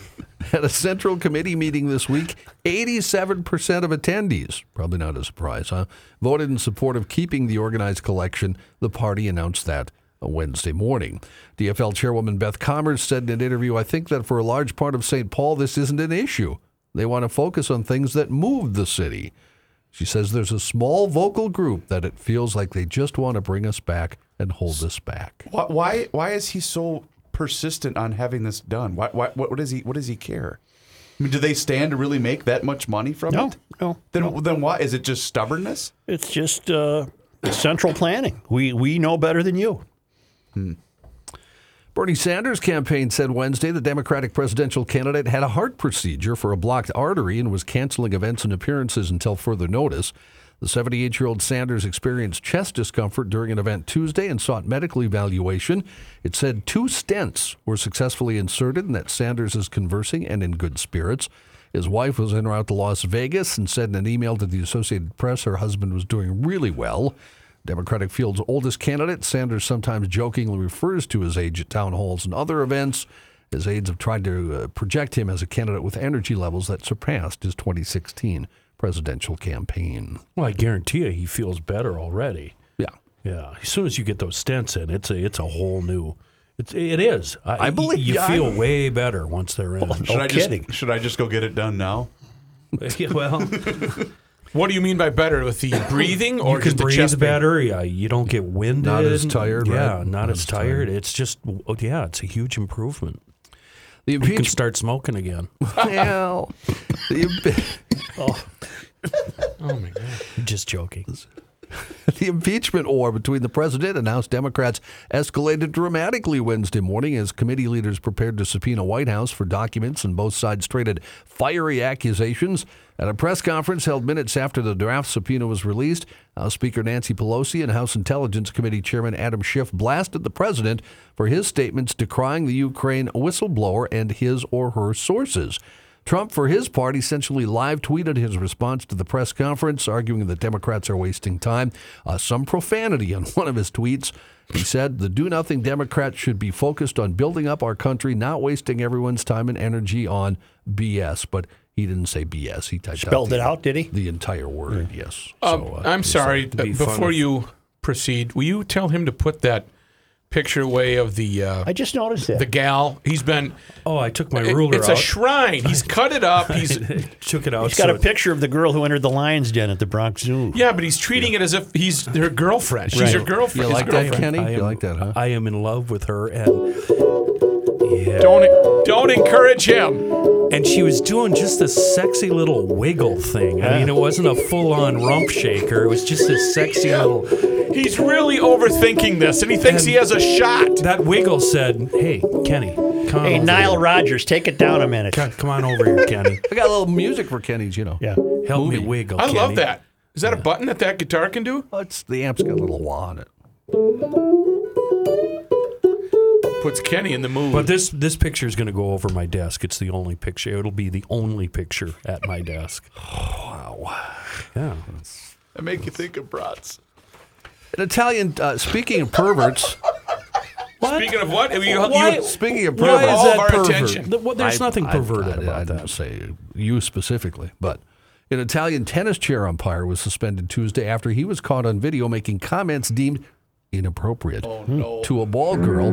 At a central committee meeting this week, 87% of attendees, probably not a surprise, huh, voted in support of keeping the organized collection. The party announced that on Wednesday morning. DFL Chairwoman Beth Commerce said in an interview, I think that for a large part of St. Paul, this isn't an issue. They want to focus on things that move the city. She says there's a small vocal group that it feels like they just want to bring us back and hold us back.
Why, why why is he so persistent on having this done? Why, why what, what does he what does he care? I mean, do they stand to really make that much money from
No,
it?
no,
Then then why is it just stubbornness?
It's just uh, central planning. We we know better than you.
Bernie Sanders' campaign said Wednesday the Democratic presidential candidate had a heart procedure for a blocked artery and was canceling events and appearances until further notice. The 78 year old Sanders experienced chest discomfort during an event Tuesday and sought medical evaluation. It said two stents were successfully inserted and that Sanders is conversing and in good spirits. His wife was en route to Las Vegas and said in an email to the Associated Press her husband was doing really well. Democratic field's oldest candidate, Sanders sometimes jokingly refers to his age at town halls and other events. His aides have tried to uh, project him as a candidate with energy levels that surpassed his 2016 presidential campaign.
Well, I guarantee you, he feels better already.
Yeah.
Yeah. As soon as you get those stents in, it's a it's a whole new. It's, it is.
I believe-
you
yeah, I-
feel way better once they're in.
Should I
kidding.
just should I just go get it done now?
Yeah, well,
What do you mean by better? With the breathing or
you can
just the chest
breathe
pain?
better. Yeah, you don't get winded.
Not as tired,
Yeah,
right?
not, as tired. It's just oh, yeah, it's a huge improvement.
The
You can
impeachment.
start smoking again.
Well, the impe-
Oh my god!
Just joking.
The impeachment war between the president and House Democrats escalated dramatically Wednesday morning as committee leaders prepared to subpoena White House for documents, and both sides traded fiery accusations. At a press conference held minutes after the draft subpoena was released, House Speaker Nancy Pelosi and House Intelligence Committee Chairman Adam Schiff blasted the president for his statements decrying the Ukraine whistleblower and his or her sources. Trump, for his part, essentially live tweeted his response to the press conference, arguing that Democrats are wasting time. Uh, some profanity in one of his tweets. He said, The do nothing Democrats should be focused on building up our country, not wasting everyone's time and energy on BS. But he didn't say BS. He typed
Spelled
out
it
the,
out, did he? Oh,
the entire word, yes.
Um,
So, uh,
I'm sorry.
be
uh,
fun
before
if-
you proceed, will you tell him to put that picture away of the uh,
I just noticed that.
the gal? He's been.
Oh, I took my
it-
ruler
it's
out.
a shrine. He's cut it up. He's
took it out.
He's got
so
a
it-
picture of the girl who entered the lion's den at the Bronx Zoo.
yeah, but he's treating it as if he's her girlfriend. She's
Right.
her girlfriend.
You
his
like that,
girlfriend.
Kenny?
I
You
am-
like that, huh?
I am in love with her, and yeah,
Don't don't encourage him.
and she was doing just this sexy little wiggle thing. I mean, it wasn't a full-on rump shaker; it was just this sexy little.
He's really overthinking this, and he thinks he has a shot.
That wiggle said, "Hey, Kenny, come on
Hey,
over
Nile
here.
Rogers, take it down a minute.
Come- come on over here, Kenny.
I got a little music for Kenny's, you know.
Yeah.
Help me wiggle."
I love
Kenny.
that. Is that a button that that guitar can do?
Oh, it's, the amp's got a little wah on it.
Puts Kenny in the mood.
But this this picture is going to go over my desk. It's the only picture. It'll be the only picture at my desk. wow. Yeah.
I make you think of brats.
An Italian, uh, speaking of perverts,
Speaking of what, you, you,
Why-
speaking of
Why
perverts,
is all of
that
our
pervert?
attention.
Th- well, there's nothing perverted
I,
about
I
that.
didn't say you specifically, but an Italian tennis chair umpire was suspended Tuesday after he was caught on video making comments deemed inappropriate to a ball girl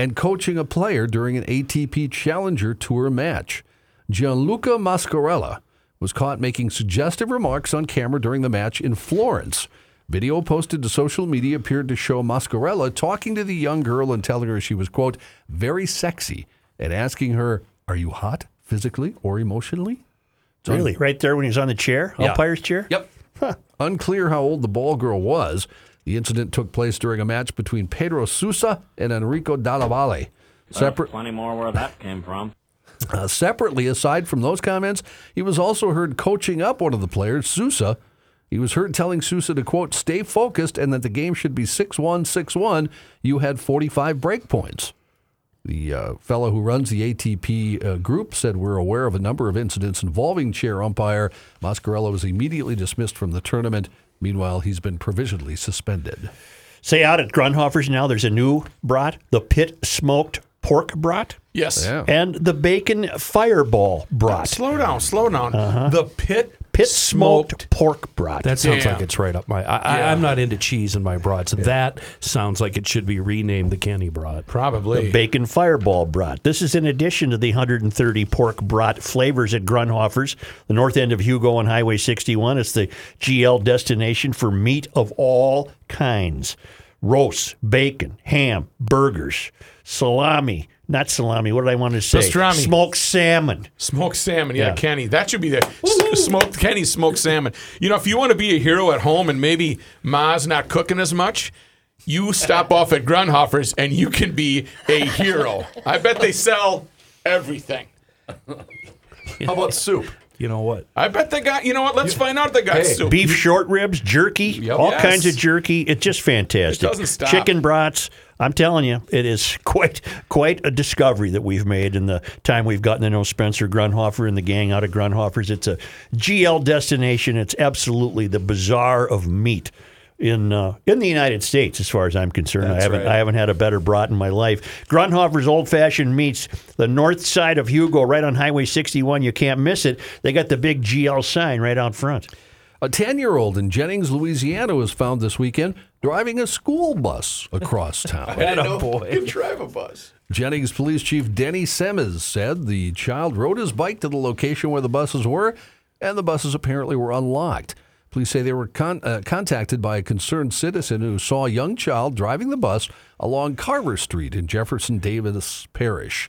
and coaching a player during an ATP Challenger Tour match. Gianluca Mascarella was caught making suggestive remarks on camera during the match in Florence. Video posted to social media appeared to show Mascarella talking to the young girl and telling her she was, quote, very sexy and asking her, Are you hot physically or emotionally?
Really? Right there when he was on the chair?
Yeah.
Umpire's chair?
Yep. Unclear how old the ball girl was. The incident took place during a match between Pedro Sousa and Enrico Dallavalle. Separate,
Plenty more where that came from.
uh, separately, aside from those comments, he was also heard coaching up one of the players, Sousa. He was heard telling Sousa to, quote, stay focused and that the game should be 6 1 6 1. You had 45 break points. The uh, fellow who runs the ATP uh, group said, We're aware of a number of incidents involving chair umpire. Mascarello was immediately dismissed from the tournament. Meanwhile, he's been provisionally suspended.
Say out at Grunhofer's now, there's a new brat, the pit smoked pork brat.
Yes. Yeah.
And the bacon fireball brat.
Slow down, slow down. The pit
Pit smoked pork brat.
That sounds
Damn.
like it's right up my. I, I, I'm not into cheese in my brats. That sounds like it should be renamed the Kenny brat.
Probably.
Bacon Fireball Brat. This is in addition to the 130 pork brat flavors at Grunhofer's, the north end of Hugo on Highway 61. It's the GL destination for meat of all kinds roasts, bacon, ham, burgers, salami. Not salami. What did I want to say?
Pastrami.
Smoked salmon.
Smoked salmon, yeah,
Yeah.
Kenny. That should be there. S- smoked Kenny, smoked salmon. You know, if you want to be a hero at home and maybe Ma's not cooking as much, you stop off at Grunhofer's and you can be a hero. I bet they sell everything.
How about soup?
You know what?
I bet they got. You know what? Let's find out if they got
Hey,
soup.
Beef short ribs, jerky, all
Yes.
kinds of jerky. It's just fantastic.
It doesn't stop.
Chicken brats. I'm telling you, it is quite quite a discovery that we've made in the time we've gotten to know Spencer Grunhofer and the gang out of Grunhofer's. It's a GL destination. It's absolutely the bazaar of meat in uh, in the United States, as far as I'm concerned. I haven't I haven't had a better brat in my life. Grunhofer's Old Fashioned Meats, the north side of Hugo, right on Highway 61. You can't miss it. They got the big GL sign right out front.
A 10 year old in Jennings, Louisiana was found this weekend driving a school bus across town.
I know you can drive a bus.
Jennings Police Chief Denny Semmons said the child rode his bike to the location where the buses were, and the buses apparently were unlocked. Police say they were con- uh, contacted by a concerned citizen who saw a young child driving the bus along Carver Street in Jefferson Davis Parish.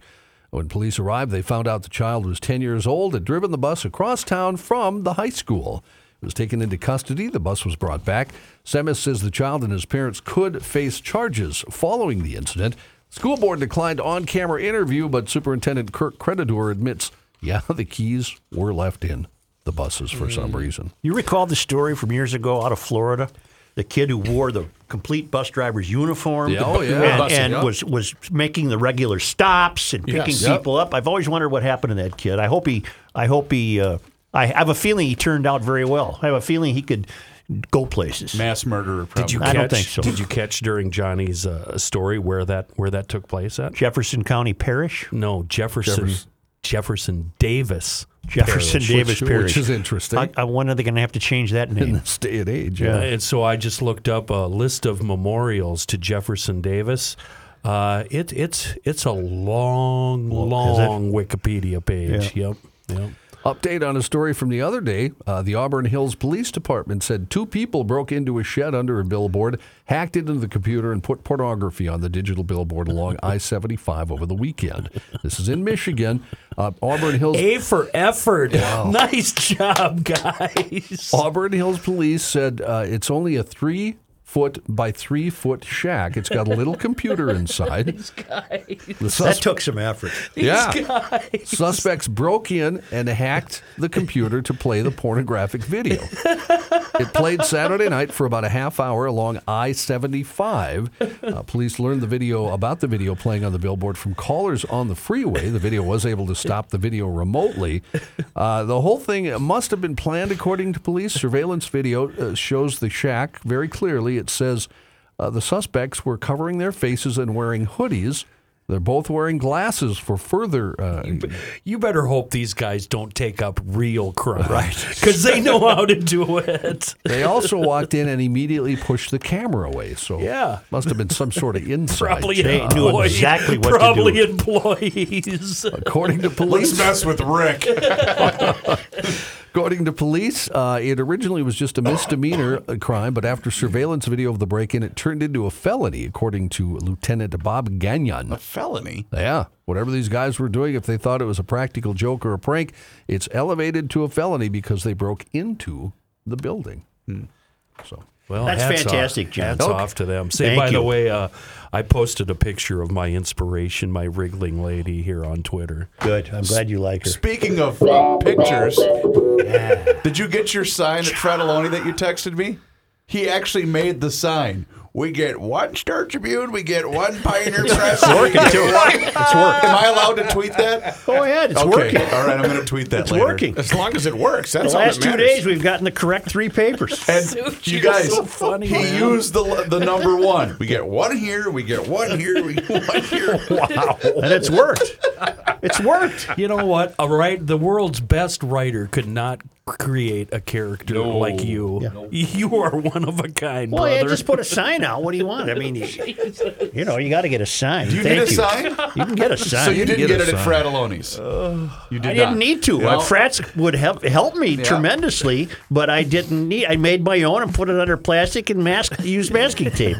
When police arrived, they found out the child was 10 years old, had driven the bus across town from the high school. It was taken into custody. The bus was brought back. Semis says the child and his parents could face charges following the incident. School board declined on camera interview, but Superintendent Kirk Credidor admits, yeah, the keys were left in the buses for
Mm.
some reason.
You recall the story from years ago out of Florida? The kid who wore the complete bus driver's uniform
Yeah, oh, yeah.
and,
Bus,
and
yeah.
was, was making the regular stops and picking
Yes.
people up. I've always wondered what happened to that kid. I hope he, I hope he, uh, I have a feeling he turned out very well. I have a feeling he could go places.
Mass murderer. Probably.
Did you catch,
I don't think so.
Did you catch during Johnny's uh, story where that where that took place at?
Jefferson County Parish?
No, Jefferson. Jefferson, Davis.
Jefferson
Parish.
Davis
which
Parish.
is interesting.
I, I wonder if they're going to have to change that name.
This day and age,
Uh,
yeah.
And so I just looked up a list of memorials to Jefferson Davis. Uh, it, it's it's a long, long Wikipedia page. Yep. Yep.
Update on a story from the other day. Uh, the Auburn Hills Police Department said two people broke into a shed under a billboard, hacked into the computer, and put pornography on the digital billboard along I 75 over the weekend. This is in Michigan. Uh, Auburn Hills.
A for effort. Nice job, guys.
Auburn Hills Police said uh, it's only a three foot by three foot shack. It's got a little computer inside. The
That
sus-
took some effort.
yeah. Suspects broke in and hacked the computer to play the pornographic video. It played Saturday night for about a half hour along I 75. Uh, police learned the video about the video playing on the billboard from callers on the freeway. The video was able to stop the video remotely. Uh, the whole thing must have been planned, according to police. Surveillance video uh, shows the shack very clearly. It says uh, the suspects were covering their faces and wearing hoodies. They're both wearing glasses for further. Uh,
You better hope these guys don't take up real crime, right? Because they know how to do it.
they also walked in and immediately pushed the camera away. So
Yeah.
must have been some sort of inside.
probably
job.
employees. probably employees.
According to police,
Let's mess with Rick.
According to police, uh, it originally was just a misdemeanor uh, crime, but after surveillance video of the break-in, it turned into a felony, according to Lieutenant Bob Gagnon. A
felony?
Yeah. Whatever these guys were doing, if they thought it was a practical joke or a prank, it's elevated to a felony because they broke into the building.
Hmm.
So
Well,
That's
hats
fantastic,
off.
John.
Hats
Okay.
off to them. Say,
Thank
by the
you.
way, uh, I posted a picture of my inspiration, my wriggling lady, here on Twitter.
Good. I'm glad you like her.
Speaking of uh, pictures, did you get your sign at Fredaloni that you texted me? He actually made the sign. We get one Star Tribune, we get one Pioneer Press. It's
working, too. It's working.
Am I allowed to tweet that?
Go ahead. It's
okay.
working.
All right, I'm going to tweet that
It's
later.
working.
As long as it works,
The
that's all
last
that
two
matters.
days, we've gotten the correct three papers.
And you guys, he used the the number one. We get one here, we get one here, we get one here.
wow. And it's worked. It's worked.
You know what? A right, the world's best writer could not create a character like you. You are one of a kind,
Well,
brother.
yeah, just put a sign out. What do you want? I mean, you, you know, you got to get a sign.
Do you
Thank
need a
you.
sign?
You can get a sign.
So you didn't get,
a
it at
sign.
Fratelloni's. you did
I
not.
didn't need to.
Well,
Uh, Frats would help help me tremendously, but I didn't need. I made my own and put it under plastic and mask used masking tape.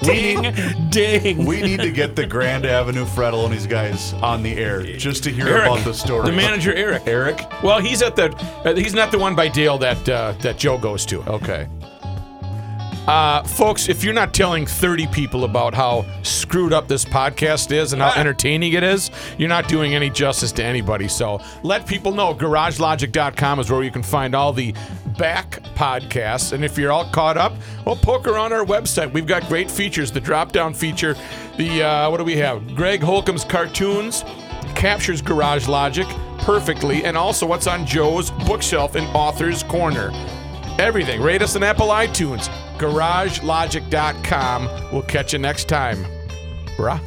ding, ding.
We need to get the Grand Avenue Fratelloni's guys on the air just to hear
Eric,
about the story.
The manager, Eric. Eric. Well, he's at the. Uh, he's not the one by Dale that uh, that Joe goes to.
Okay.
Uh, folks, if you're not telling 30 people about how screwed up this podcast is and how entertaining it is, you're not doing any justice to anybody. So let people know. GarageLogic.com is where you can find all the back podcasts. And if you're all caught up, well, poke around our website. We've got great features the drop down feature, the, uh, what do we have? Greg Holcomb's cartoons captures Garage Logic perfectly, and also what's on Joe's bookshelf in Author's Corner. Everything. Rate us on Apple iTunes. GarageLogic.com. We'll catch you next time. Bruh.